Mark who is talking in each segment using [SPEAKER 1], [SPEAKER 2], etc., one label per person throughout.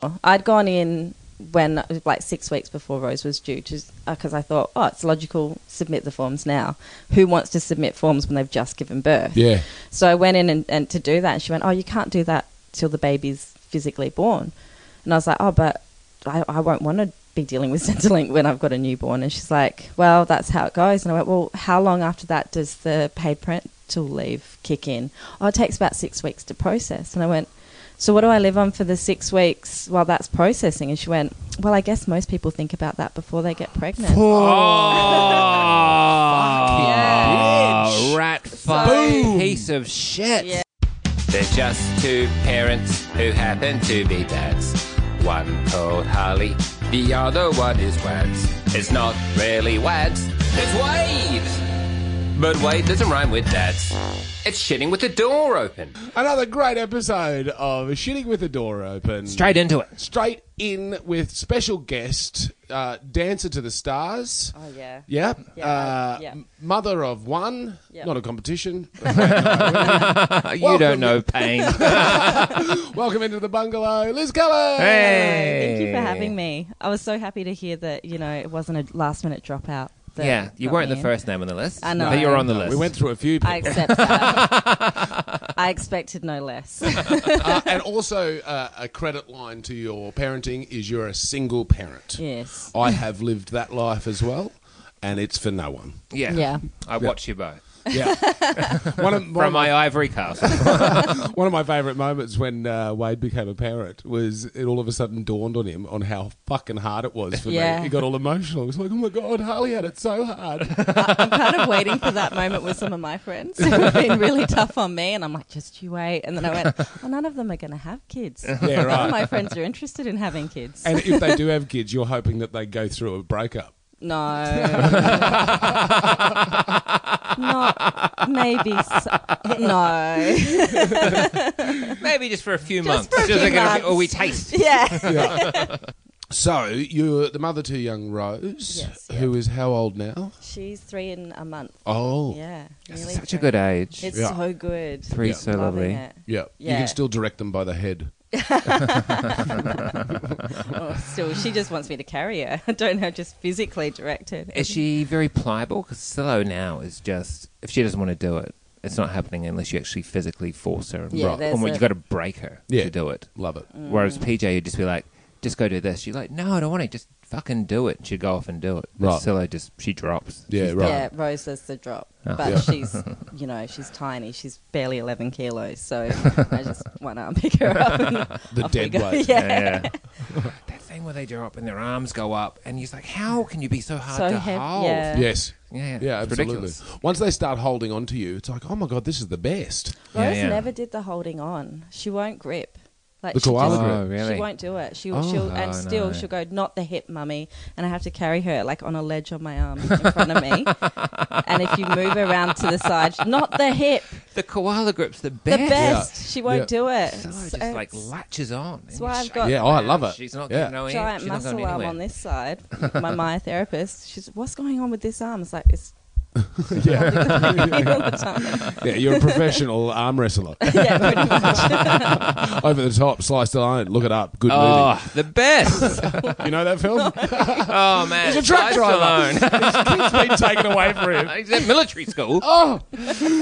[SPEAKER 1] before. I'd gone in when like six weeks before Rose was due, because I thought, oh, it's logical, submit the forms now. Who wants to submit forms when they've just given birth?
[SPEAKER 2] Yeah.
[SPEAKER 1] So I went in and, and to do that, and she went, oh, you can't do that till the baby's physically born. And I was like, oh, but I, I won't want to be dealing with Centrelink when I've got a newborn. And she's like, well, that's how it goes. And I went, well, how long after that does the paid parental leave kick in? Oh, it takes about six weeks to process. And I went, so what do I live on for the six weeks while that's processing? And she went, well, I guess most people think about that before they get pregnant.
[SPEAKER 3] Oh,
[SPEAKER 2] Fucking bitch.
[SPEAKER 3] rat fuck
[SPEAKER 2] Boom.
[SPEAKER 3] piece of shit.
[SPEAKER 1] Yeah.
[SPEAKER 3] They're just two parents who happen to be dads. One called Harley, the other one is Wads. It's not really Wads, it's Wade. But Wade doesn't rhyme with dads. It's shitting with the door open.
[SPEAKER 2] Another great episode of Shitting with the Door Open.
[SPEAKER 3] Straight into it.
[SPEAKER 2] Straight in with special guest, uh, Dancer to the Stars.
[SPEAKER 1] Oh, yeah.
[SPEAKER 2] Yeah.
[SPEAKER 1] Yeah,
[SPEAKER 2] uh,
[SPEAKER 1] yeah.
[SPEAKER 2] Mother of one.
[SPEAKER 1] Yeah.
[SPEAKER 2] Not a competition.
[SPEAKER 3] you
[SPEAKER 2] Welcome.
[SPEAKER 3] don't know pain.
[SPEAKER 2] Welcome into the bungalow, Liz Keller.
[SPEAKER 3] hey.
[SPEAKER 1] Thank you for having me. I was so happy to hear that, you know, it wasn't a last minute dropout. that
[SPEAKER 3] Yeah, you
[SPEAKER 1] got
[SPEAKER 3] weren't
[SPEAKER 1] me
[SPEAKER 3] the
[SPEAKER 1] in.
[SPEAKER 3] first name on the list.
[SPEAKER 1] I know.
[SPEAKER 3] But you're on the list.
[SPEAKER 2] We went through a few people.
[SPEAKER 1] I accept that. I expected no less.
[SPEAKER 2] Uh, and also, uh, a credit line to your parenting is you're a single parent.
[SPEAKER 1] yes.
[SPEAKER 2] I have lived that life as well, and it's for no one.
[SPEAKER 3] yeah.
[SPEAKER 1] Yeah.
[SPEAKER 3] I watch you both.
[SPEAKER 2] Yeah. one of, one of
[SPEAKER 3] From
[SPEAKER 2] my,
[SPEAKER 3] my ivory castle.
[SPEAKER 2] one of my favourite moments when uh, Wade became a parent was it all of a sudden dawned on him on how fucking hard it was for
[SPEAKER 1] Yeah.
[SPEAKER 2] me. He got all emotional. He was like, oh my God, Harley had it so hard.
[SPEAKER 1] I'm kind of waiting for that moment with some of my friends who've been really tough on me, and I'm like, just you wait. And then I went, well, none of them are going to have kids.
[SPEAKER 2] yeah,
[SPEAKER 1] None of
[SPEAKER 2] right.
[SPEAKER 1] Oh my friends are interested in having kids.
[SPEAKER 2] And if they do have kids, you're hoping that they go through a breakup.
[SPEAKER 1] No. Not maybe. s no.
[SPEAKER 3] Maybe just for a few months.
[SPEAKER 1] for a few
[SPEAKER 3] like,
[SPEAKER 1] months.
[SPEAKER 3] oh, we taste.
[SPEAKER 1] Yeah.
[SPEAKER 2] So you're the mother to young Rose,
[SPEAKER 1] Yes,
[SPEAKER 2] who is how old now?
[SPEAKER 1] She's three in a month.
[SPEAKER 2] Oh,
[SPEAKER 1] Yeah. nearly
[SPEAKER 3] Such a
[SPEAKER 1] three.
[SPEAKER 3] good age.
[SPEAKER 1] It's
[SPEAKER 2] Yeah.
[SPEAKER 1] so good.
[SPEAKER 3] Three so
[SPEAKER 1] Loving
[SPEAKER 3] lovely.
[SPEAKER 1] it.
[SPEAKER 2] yeah. You
[SPEAKER 1] Yeah.
[SPEAKER 2] can still direct them by the head.
[SPEAKER 1] Oh, still, she just wants me to carry her. I don't know, just physically directed.
[SPEAKER 3] Is she very pliable? Because Silo now is just, if she doesn't want to do it, it's not happening unless you actually physically force her. And
[SPEAKER 1] Yeah,
[SPEAKER 3] rock.
[SPEAKER 1] there's
[SPEAKER 3] Almost-
[SPEAKER 1] a-
[SPEAKER 3] you got to break her
[SPEAKER 2] Yeah.
[SPEAKER 3] to do it.
[SPEAKER 2] Love
[SPEAKER 1] Mm.
[SPEAKER 2] it.
[SPEAKER 3] Whereas PJ, you'd just be like, just go do this. She's like, no, I don't want to. Just fucking do it. And she'd go off and do it. But
[SPEAKER 2] Right.
[SPEAKER 3] Silo just, she drops.
[SPEAKER 2] Yeah,
[SPEAKER 3] She's
[SPEAKER 2] right.
[SPEAKER 1] Yeah, Rose does the drop.
[SPEAKER 3] Oh.
[SPEAKER 1] But she's, you know, she's tiny. She's barely 11 kilos. So I just want to pick her up. And
[SPEAKER 2] The
[SPEAKER 1] off we
[SPEAKER 2] dead
[SPEAKER 1] go.
[SPEAKER 2] weight.
[SPEAKER 1] Yeah.
[SPEAKER 3] yeah. that thing where they drop and their arms go up, and he's like, "How can you be so hard
[SPEAKER 1] So
[SPEAKER 3] to
[SPEAKER 1] heavy,
[SPEAKER 3] hold?"
[SPEAKER 1] yeah.
[SPEAKER 2] Yes.
[SPEAKER 3] yeah,
[SPEAKER 2] Yeah,
[SPEAKER 3] it's
[SPEAKER 2] absolutely.
[SPEAKER 3] ridiculous.
[SPEAKER 2] Once they start holding on to you, it's like, oh my god, this is the best.
[SPEAKER 3] Yeah,
[SPEAKER 1] Rose
[SPEAKER 3] yeah.
[SPEAKER 1] never did the holding on. She won't grip. Like
[SPEAKER 2] The
[SPEAKER 1] she
[SPEAKER 2] koala
[SPEAKER 1] just-
[SPEAKER 2] grip.
[SPEAKER 3] Oh, really?
[SPEAKER 1] She won't do it. She
[SPEAKER 2] Oh.
[SPEAKER 1] she'll and
[SPEAKER 3] Oh,
[SPEAKER 1] still
[SPEAKER 3] no.
[SPEAKER 1] she'll go not the hip, mummy, and I have to carry her like on a ledge on my arm in front of me. and if you move around to the side, not the hip,
[SPEAKER 3] The koala grip's
[SPEAKER 1] the
[SPEAKER 3] the best.
[SPEAKER 1] best. She won't
[SPEAKER 2] Yeah.
[SPEAKER 1] do it.
[SPEAKER 3] Silo just
[SPEAKER 1] So
[SPEAKER 3] like
[SPEAKER 1] it's
[SPEAKER 3] latches on. and
[SPEAKER 1] why
[SPEAKER 3] just
[SPEAKER 1] I've
[SPEAKER 3] shakes
[SPEAKER 1] got-
[SPEAKER 2] Yeah, oh, I
[SPEAKER 3] around.
[SPEAKER 2] love it.
[SPEAKER 3] She's not
[SPEAKER 2] Yeah.
[SPEAKER 3] getting no
[SPEAKER 1] giant
[SPEAKER 3] she's not
[SPEAKER 1] muscle
[SPEAKER 3] going
[SPEAKER 1] arm
[SPEAKER 3] anywhere.
[SPEAKER 1] on this side. My myotherapist, she's what's going on with this arm? It's like it's
[SPEAKER 2] yeah.
[SPEAKER 1] all the time.
[SPEAKER 2] yeah, you're a professional arm wrestler.
[SPEAKER 1] yeah, pretty much.
[SPEAKER 2] Over the top, sliced alone. Look it up. Good
[SPEAKER 3] Oh, the best!
[SPEAKER 2] movie. You know that film?
[SPEAKER 3] Oh man,
[SPEAKER 2] He's a truck
[SPEAKER 3] Slice
[SPEAKER 2] driver.
[SPEAKER 3] Alone.
[SPEAKER 2] it's been taken away from him.
[SPEAKER 3] He's at military school.
[SPEAKER 2] Oh,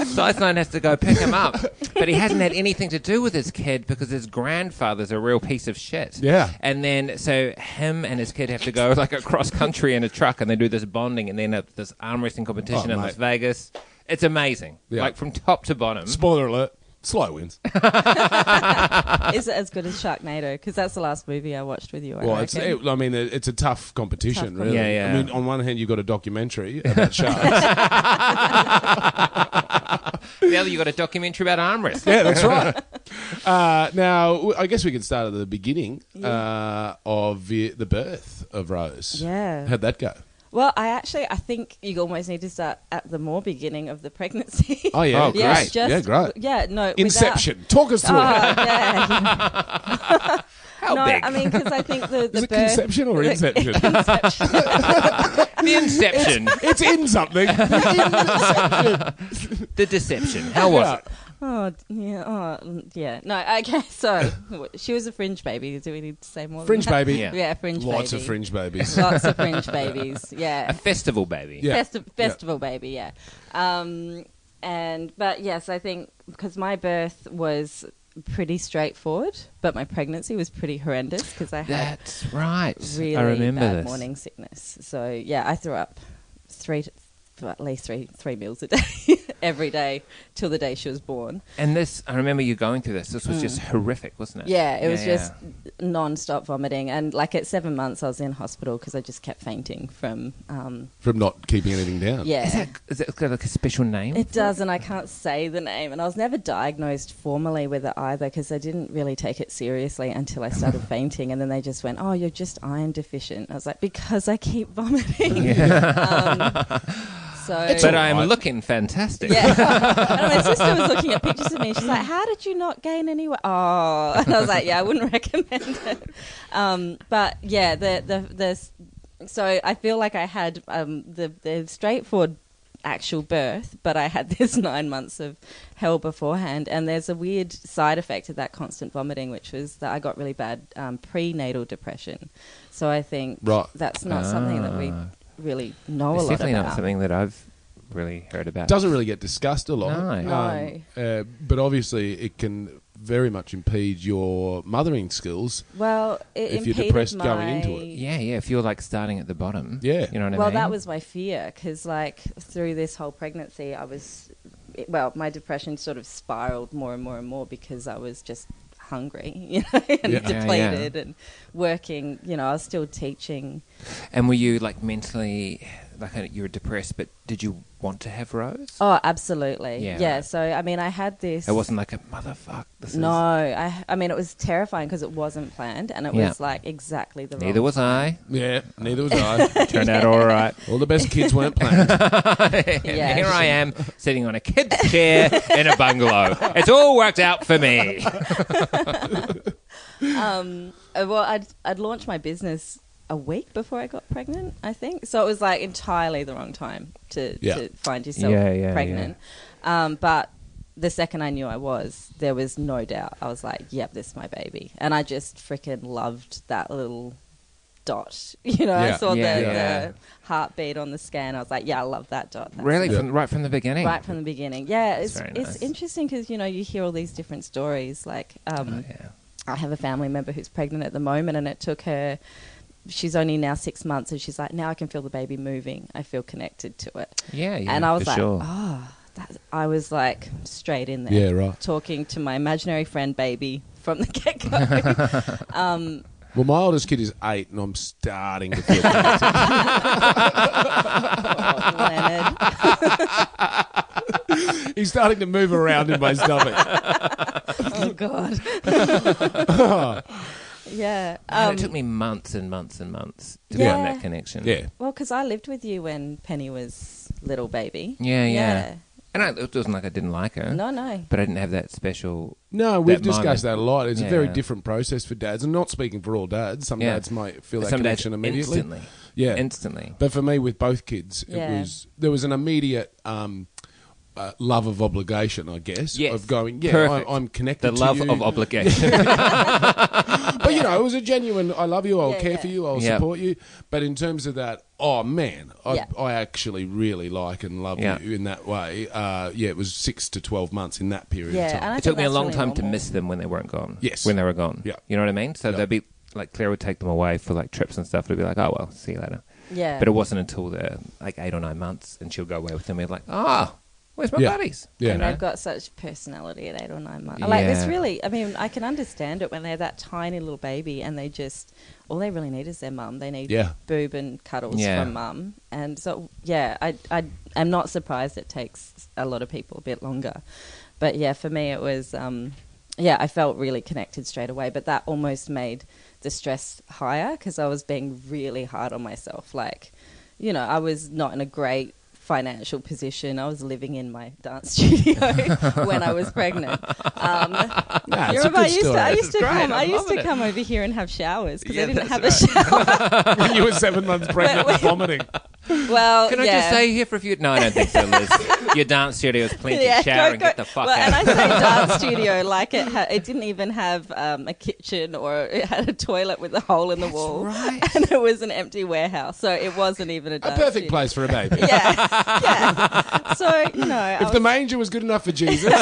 [SPEAKER 3] Slice Alone has to go pick him up, but he hasn't had anything to do with his kid because his grandfather's a real piece of shit.
[SPEAKER 2] Yeah.
[SPEAKER 3] and then so him and his kid have to go like across country in a truck, and they do this bonding, and then uh, this arm wrestling competition
[SPEAKER 2] Oh,
[SPEAKER 3] in
[SPEAKER 2] mate.
[SPEAKER 3] Las Vegas. It's amazing,
[SPEAKER 2] Yeah.
[SPEAKER 3] like from top to bottom.
[SPEAKER 2] spoiler alert. Sly wins.
[SPEAKER 1] Is it as good as Sharknado? Because that's the last movie I watched with you. I
[SPEAKER 2] Well, it's,
[SPEAKER 1] reckon.
[SPEAKER 2] it, I mean, it, it's a tough competition,
[SPEAKER 1] Tough
[SPEAKER 2] really.
[SPEAKER 3] competition. Yeah,
[SPEAKER 2] I
[SPEAKER 3] yeah.
[SPEAKER 2] mean, on one hand, you've got a documentary about sharks.
[SPEAKER 3] the other, you got a documentary about arm wrestling.
[SPEAKER 2] yeah, that's right. Uh, now, w- I guess we can start at the beginning uh, of the, the birth of Rose.
[SPEAKER 1] Yeah.
[SPEAKER 2] How'd that go?
[SPEAKER 1] Well, I actually I think you almost need to start at the more beginning of the pregnancy.
[SPEAKER 2] Oh, yeah.
[SPEAKER 3] Oh,
[SPEAKER 2] great.
[SPEAKER 1] Yes, just-
[SPEAKER 2] yeah, great.
[SPEAKER 1] Yeah, no. without-
[SPEAKER 2] Inception. Talk us through
[SPEAKER 1] Oh,
[SPEAKER 2] it.
[SPEAKER 1] yeah. yeah.
[SPEAKER 3] How
[SPEAKER 1] no,
[SPEAKER 3] big?
[SPEAKER 1] I mean, because I think the, the
[SPEAKER 2] Is it
[SPEAKER 1] birth-
[SPEAKER 2] conception or
[SPEAKER 1] the-
[SPEAKER 2] inception?
[SPEAKER 1] Inception.
[SPEAKER 3] the inception,
[SPEAKER 2] it's in something.
[SPEAKER 3] the deception. How was it?
[SPEAKER 1] Oh d- yeah, oh mm, yeah. No, okay. So she was a fringe baby. Do we need to say more? than
[SPEAKER 2] Fringe
[SPEAKER 1] that?
[SPEAKER 2] baby.
[SPEAKER 3] Yeah.
[SPEAKER 1] Yeah, fringe baby.
[SPEAKER 2] Lots of fringe babies.
[SPEAKER 1] Lots of fringe babies. Yeah.
[SPEAKER 3] A festival baby.
[SPEAKER 2] Yeah.
[SPEAKER 1] Festi- festival baby, yeah. Um, and but yes, I think because my birth was pretty straightforward, but my pregnancy was pretty horrendous because I had
[SPEAKER 3] That's right.
[SPEAKER 1] really
[SPEAKER 3] I remember
[SPEAKER 1] bad
[SPEAKER 3] this.
[SPEAKER 1] morning sickness. So yeah, I threw up three, to- for at least three three meals a day every day till the day she was born.
[SPEAKER 3] And this, I remember you going through this. This was just horrific, wasn't it?
[SPEAKER 1] Hmm. Yeah, it was
[SPEAKER 3] yeah.
[SPEAKER 1] just non-stop vomiting, and like at seven months, I was in hospital because I just kept fainting from um,
[SPEAKER 2] From not keeping anything down.
[SPEAKER 1] yeah.
[SPEAKER 3] Is that is it got like a special name?
[SPEAKER 1] It does, and I can't say the name. And I was never diagnosed formally with it either because I didn't really take it seriously until I started fainting. And then they just went, Oh, you're just iron deficient. I was like, Because I keep vomiting. um, so.
[SPEAKER 3] but I'm
[SPEAKER 2] Alright.
[SPEAKER 3] looking fantastic.
[SPEAKER 1] yeah, and my sister was looking at pictures of me. She's like, "How did you not gain any weight?" Oh, and I was like, "Yeah, I wouldn't recommend it." Um, but yeah, the the the s- so I feel like I had um, the the straightforward actual birth, but I had this nine months of hell beforehand. And there's a weird side effect of that constant vomiting, which was that I got really bad um, prenatal depression. So I think
[SPEAKER 2] Right.
[SPEAKER 1] that's not something that we
[SPEAKER 3] Ah.
[SPEAKER 1] really know
[SPEAKER 3] It's
[SPEAKER 1] a lot
[SPEAKER 3] definitely
[SPEAKER 1] about.
[SPEAKER 3] not something that I've really heard about.
[SPEAKER 2] Doesn't really get discussed a lot.
[SPEAKER 3] No.
[SPEAKER 1] No.
[SPEAKER 2] uh, but obviously, it can very much impede your mothering skills.
[SPEAKER 1] Well, it
[SPEAKER 2] if you're
[SPEAKER 1] impeded
[SPEAKER 2] depressed
[SPEAKER 1] my...
[SPEAKER 2] going into it.
[SPEAKER 3] yeah, yeah. If you're like starting at the bottom.
[SPEAKER 2] Yeah.
[SPEAKER 3] You know what I
[SPEAKER 1] Well,
[SPEAKER 3] mean?
[SPEAKER 1] that was my fear because, like, through this whole pregnancy, I was, it- well, my depression sort of spiraled more and more and more because I was just hungry, you know, and
[SPEAKER 2] Yeah.
[SPEAKER 3] Yeah,
[SPEAKER 1] depleted
[SPEAKER 3] yeah.
[SPEAKER 1] and working. You know, I was still teaching.
[SPEAKER 3] And were you like mentally, like uh, you were depressed, but did you want to have Rose?
[SPEAKER 1] Oh, absolutely.
[SPEAKER 3] Yeah.
[SPEAKER 1] Yeah. so, I mean, I had this.
[SPEAKER 3] It wasn't like a motherfuck. This
[SPEAKER 1] No,
[SPEAKER 3] is
[SPEAKER 1] I, I mean, it was terrifying because it wasn't planned and it
[SPEAKER 3] Yeah.
[SPEAKER 1] was like exactly the
[SPEAKER 3] neither
[SPEAKER 1] wrong
[SPEAKER 3] was I.
[SPEAKER 2] Yeah, neither was I.
[SPEAKER 3] Turned out all right.
[SPEAKER 2] All the best kids weren't planned.
[SPEAKER 1] Yeah.
[SPEAKER 3] Here I am sitting on a kid's chair in a bungalow. It's all worked out for me.
[SPEAKER 1] um, uh, well, I'd, I'd launched my business a week before I got pregnant, I think. So it was like entirely the wrong time to,
[SPEAKER 2] Yeah.
[SPEAKER 1] to find yourself
[SPEAKER 3] Yeah, yeah,
[SPEAKER 1] pregnant. Um, but the second I knew I was, there was no doubt. I was like, yep, this is my baby. And I just freaking loved that little dot. You know,
[SPEAKER 2] Yeah.
[SPEAKER 1] I saw
[SPEAKER 3] Yeah,
[SPEAKER 1] the,
[SPEAKER 3] yeah.
[SPEAKER 1] the heartbeat on the scan. I was like, yeah, I love that dot. That's
[SPEAKER 3] Really,
[SPEAKER 2] Yeah.
[SPEAKER 3] from, right from the beginning.
[SPEAKER 1] Right from the beginning, yeah,
[SPEAKER 3] That's
[SPEAKER 1] it's
[SPEAKER 3] very nice.
[SPEAKER 1] it's interesting because you know you hear all these different stories. Like, um,
[SPEAKER 3] Oh, yeah.
[SPEAKER 1] I have a family member who's pregnant at the moment, and it took her. She's only now six months, and she's like, now I can feel the baby moving. I feel connected to it.
[SPEAKER 3] Yeah, yeah.
[SPEAKER 1] and I was
[SPEAKER 3] for
[SPEAKER 1] like,
[SPEAKER 3] sure.
[SPEAKER 1] oh, that, I was like straight in there.
[SPEAKER 2] Yeah, right.
[SPEAKER 1] Talking to my imaginary friend baby from the get go. um,
[SPEAKER 2] Well, my oldest kid is eight, and I'm starting to feel. bad.
[SPEAKER 1] oh, Leonard.
[SPEAKER 2] He's starting to move around in my stomach.
[SPEAKER 1] Oh, God. yeah.
[SPEAKER 3] Man,
[SPEAKER 1] Um,
[SPEAKER 3] it took me months and months and months to
[SPEAKER 1] Yeah.
[SPEAKER 3] find that connection.
[SPEAKER 2] Yeah,
[SPEAKER 1] well, because I lived with you when Penny was little baby.
[SPEAKER 3] Yeah, yeah. And I, it wasn't like I didn't like her,
[SPEAKER 1] Yeah. No, no.
[SPEAKER 3] but I didn't have that special.
[SPEAKER 2] no, we've
[SPEAKER 3] That
[SPEAKER 2] discussed
[SPEAKER 3] moment.
[SPEAKER 2] that a lot. It's a very
[SPEAKER 3] Yeah.
[SPEAKER 2] different process for dads. I'm not speaking for all dads. Some
[SPEAKER 3] Yeah.
[SPEAKER 2] dads might feel that
[SPEAKER 3] some days
[SPEAKER 2] connection immediately.
[SPEAKER 3] instantly.
[SPEAKER 2] Yeah,
[SPEAKER 3] Instantly.
[SPEAKER 2] But for me, with both kids, it
[SPEAKER 1] Yeah.
[SPEAKER 2] was there was an immediate um, uh, love of obligation, I guess,
[SPEAKER 3] Yes.
[SPEAKER 2] of going, yeah,
[SPEAKER 3] Perfect.
[SPEAKER 2] I, I'm connected.
[SPEAKER 3] The love
[SPEAKER 2] to you.
[SPEAKER 3] of obligation.
[SPEAKER 2] but you know, it was a genuine. I love you. I'll
[SPEAKER 1] Yeah,
[SPEAKER 2] care
[SPEAKER 1] yeah.
[SPEAKER 2] for you. I'll
[SPEAKER 3] Yeah.
[SPEAKER 2] support you. But in terms of that, oh man, I,
[SPEAKER 1] Yeah.
[SPEAKER 2] I actually really like and love
[SPEAKER 3] Yeah.
[SPEAKER 2] you in that way. Uh, yeah, it was six to twelve months in that period
[SPEAKER 1] Yeah,
[SPEAKER 2] of time.
[SPEAKER 1] and I
[SPEAKER 3] it
[SPEAKER 1] think
[SPEAKER 3] took me a
[SPEAKER 1] that's
[SPEAKER 3] long
[SPEAKER 1] really
[SPEAKER 3] time to
[SPEAKER 1] normal.
[SPEAKER 3] miss them when they weren't gone.
[SPEAKER 2] Yes.
[SPEAKER 3] When they were gone.
[SPEAKER 2] Yeah.
[SPEAKER 3] You know what I mean? So
[SPEAKER 2] Yeah.
[SPEAKER 3] they'd be like Claire would take them away for like trips and stuff. It'd be like, oh well, see you later.
[SPEAKER 1] Yeah.
[SPEAKER 3] But it wasn't until the like eight or nine months, and she'll go away with them. We're like, oh, where's my
[SPEAKER 2] Yeah.
[SPEAKER 3] buddies?
[SPEAKER 2] Yeah.
[SPEAKER 3] You
[SPEAKER 1] And
[SPEAKER 3] know?
[SPEAKER 1] they've got such personality at eight or nine months. Like
[SPEAKER 3] Yeah.
[SPEAKER 1] it's really, I mean, I can understand it when they're that tiny little baby and they just all they really need is their mum. They need
[SPEAKER 2] Yeah.
[SPEAKER 1] boob and cuddles
[SPEAKER 3] Yeah.
[SPEAKER 1] from mum. And so yeah, I I am not surprised it takes a lot of people a bit longer. But yeah, for me it was um yeah, I felt really connected straight away, but that almost made the stress higher because I was being really hard on myself. Like, you know, I was not in a great financial position. I was living in my dance studio when I was pregnant. Um,
[SPEAKER 2] Nah,
[SPEAKER 1] you
[SPEAKER 2] it's a
[SPEAKER 1] remember I
[SPEAKER 2] good
[SPEAKER 1] used to, I
[SPEAKER 2] story.
[SPEAKER 1] used to
[SPEAKER 3] This is great.
[SPEAKER 1] come, I
[SPEAKER 3] I'm
[SPEAKER 1] used
[SPEAKER 3] loving
[SPEAKER 1] to
[SPEAKER 3] it.
[SPEAKER 1] come over here and have showers because
[SPEAKER 3] Yeah,
[SPEAKER 1] I didn't
[SPEAKER 3] that's
[SPEAKER 1] have a
[SPEAKER 3] right.
[SPEAKER 1] shower.
[SPEAKER 2] when you were seven months pregnant and vomiting.
[SPEAKER 1] Well,
[SPEAKER 3] Can I
[SPEAKER 1] yeah.
[SPEAKER 3] just stay here for a few? No, I don't think so, Liz. Your dance studio is plenty. Shower and get the fuck
[SPEAKER 1] well,
[SPEAKER 3] out.
[SPEAKER 1] And I say dance studio like it ha- it didn't even have um, a kitchen or it had a toilet with a hole in the wall,
[SPEAKER 3] right.
[SPEAKER 1] and it was an empty warehouse, so it wasn't even a
[SPEAKER 2] A
[SPEAKER 1] dance
[SPEAKER 2] perfect
[SPEAKER 1] studio.
[SPEAKER 2] place for a baby.
[SPEAKER 1] Yeah, yeah. So you know, I
[SPEAKER 2] If the
[SPEAKER 1] was-
[SPEAKER 2] manger was good enough for Jesus,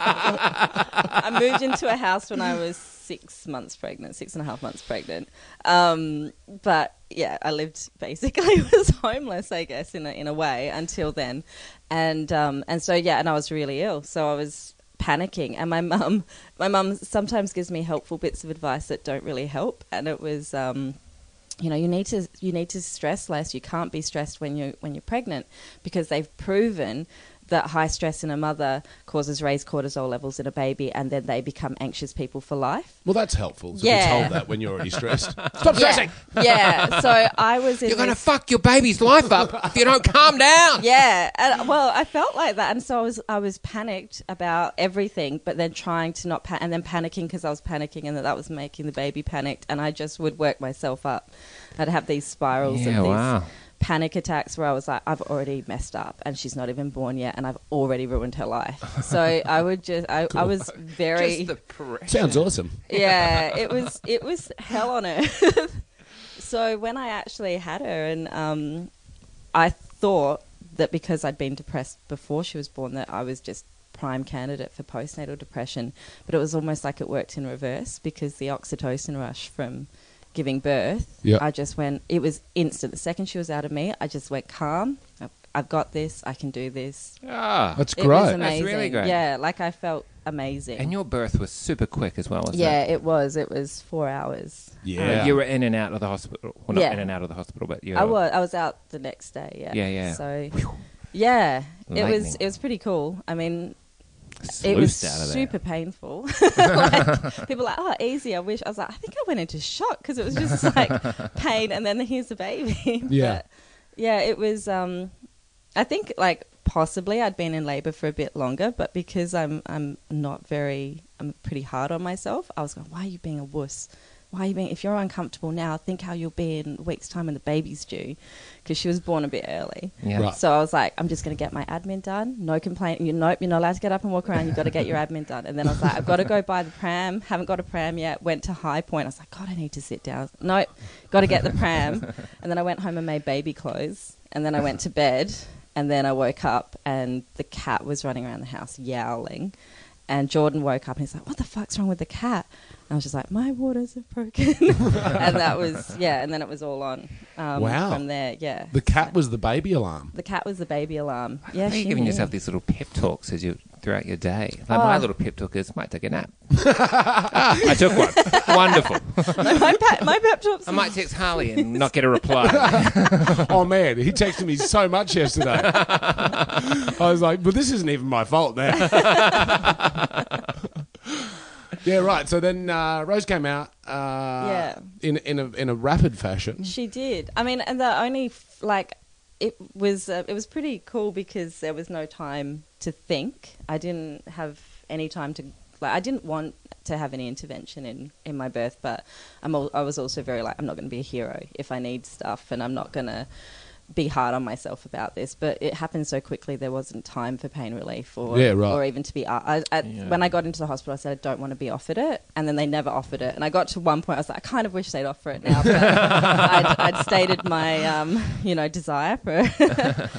[SPEAKER 1] I moved into a house when I was six months pregnant, six and a half months pregnant. Um, but yeah, I lived basically was homeless, I guess, in a, in a way until then, and um, and so yeah, and I was really ill, so I was panicking, and my mum, my mum sometimes gives me helpful bits of advice that don't really help, and it was. Um, you know you need to you need to stress less you can't be stressed when you when you're pregnant because they've proven that high stress in a mother causes raised cortisol levels in a baby and then they become anxious people for life
[SPEAKER 2] well, that's helpful. So
[SPEAKER 1] Yeah.
[SPEAKER 2] we're told that when you're already stressed. Stop stressing.
[SPEAKER 1] yeah, yeah. so i was in
[SPEAKER 3] You're going to
[SPEAKER 1] this-
[SPEAKER 3] fuck your baby's life up if you don't calm down.
[SPEAKER 1] yeah and, well i felt like that and so i was i was panicked about everything but then trying to not pan- and then panicking because i was panicking and that that was making the baby panicked and i just would work myself up i'd have these spirals
[SPEAKER 3] Yeah,
[SPEAKER 1] and these
[SPEAKER 3] wow.
[SPEAKER 1] panic attacks where i was like i've already messed up and she's not even born yet and i've already ruined her life so i would just i, I was very
[SPEAKER 3] Just the pressure.
[SPEAKER 2] Sounds awesome.
[SPEAKER 1] yeah, it was it was hell on earth. so when I actually had her, and um, I thought that because I'd been depressed before she was born, that I was just prime candidate for postnatal depression. But it was almost like it worked in reverse because the oxytocin rush from giving birth,
[SPEAKER 2] Yeah.
[SPEAKER 1] I just went. It was instant. The second she was out of me, I just went calm. I've, I've got this. I can do this.
[SPEAKER 3] Ah.
[SPEAKER 2] That's
[SPEAKER 1] It was
[SPEAKER 2] great.
[SPEAKER 1] amazing.
[SPEAKER 3] That's really great.
[SPEAKER 1] Yeah, like I felt amazing.
[SPEAKER 3] And your birth was super quick as well, wasn't
[SPEAKER 1] yeah,
[SPEAKER 3] it?
[SPEAKER 1] it was. It was four hours.
[SPEAKER 2] yeah.
[SPEAKER 3] Uh, you were in and out of the hospital. Well, not
[SPEAKER 1] Yeah.
[SPEAKER 3] in and out of the hospital, but you
[SPEAKER 1] I
[SPEAKER 3] were-
[SPEAKER 1] was I was out the next day. Yeah.
[SPEAKER 3] Yeah, yeah.
[SPEAKER 1] So yeah, it
[SPEAKER 3] Lightning.
[SPEAKER 1] was it was pretty cool. I mean, it
[SPEAKER 3] Sluiced out of
[SPEAKER 1] was
[SPEAKER 3] there.
[SPEAKER 1] super painful. like, people were like, oh, easy. I wish I was like, I think I went into shock because it was just like pain, and then here's the baby.
[SPEAKER 2] Yeah.
[SPEAKER 1] But, yeah, it was. Um, I think like possibly I'd been in labor for a bit longer, but because I'm I'm not very I'm pretty hard on myself. I was going, why are you being a wuss? Why are you being? If you're uncomfortable now, think how you'll be in a weeks time when the baby's due, because she was born a bit early.
[SPEAKER 3] Yeah.
[SPEAKER 2] Right.
[SPEAKER 1] So I was like, I'm just going to get my admin done. No complaint. You nope, you're not allowed to get up and walk around. You've got to get your admin done. And then I was like, I've got to go buy the pram. Haven't got a pram yet. Went to High Point. I was like, God, I need to sit down. Nope, got to get the pram. And then I went home and made baby clothes. And then I went to bed. And then I woke up and the cat was running around the house yowling. And Jordan woke up and he's like, "What the fuck's wrong with the cat?" And I was just like, "My waters have broken," and that was yeah. And then it was all on. Um,
[SPEAKER 2] Wow.
[SPEAKER 1] From there, yeah.
[SPEAKER 2] The cat was the baby alarm.
[SPEAKER 1] The cat was the baby alarm.
[SPEAKER 3] Why
[SPEAKER 1] Yeah,
[SPEAKER 3] are you
[SPEAKER 1] she
[SPEAKER 3] giving
[SPEAKER 1] knew.
[SPEAKER 3] yourself these little pep talks as you throughout your day? Like my
[SPEAKER 1] Oh.
[SPEAKER 3] little pep talk is, might take a nap. ah, I took one. Wonderful.
[SPEAKER 1] No, my, pet, my pep talks.
[SPEAKER 3] I might text Harley and not get a reply.
[SPEAKER 2] oh man, he texted me so much yesterday. I was like, "Well, this isn't even my fault now." yeah, right. So then uh, Rose came out. Uh, yeah. In in a in a rapid fashion.
[SPEAKER 1] She did. I mean, and the only f- like it was uh, it was pretty cool because there was no time to think. I didn't have any time to like. I didn't want to have any intervention in in my birth, but I'm al- I was also very like I'm not going to be a hero if I need stuff, and I'm not going to be hard on myself about this but it happened so quickly there wasn't time for pain relief or
[SPEAKER 2] Yeah, right.
[SPEAKER 1] or even to be I, I,
[SPEAKER 3] Yeah.
[SPEAKER 1] when I got into the hospital I said I don't want to be offered it and then they never offered it and I got to one point I was like I kind of wish they'd offer it now but I'd, I'd stated my, um, you know, desire for.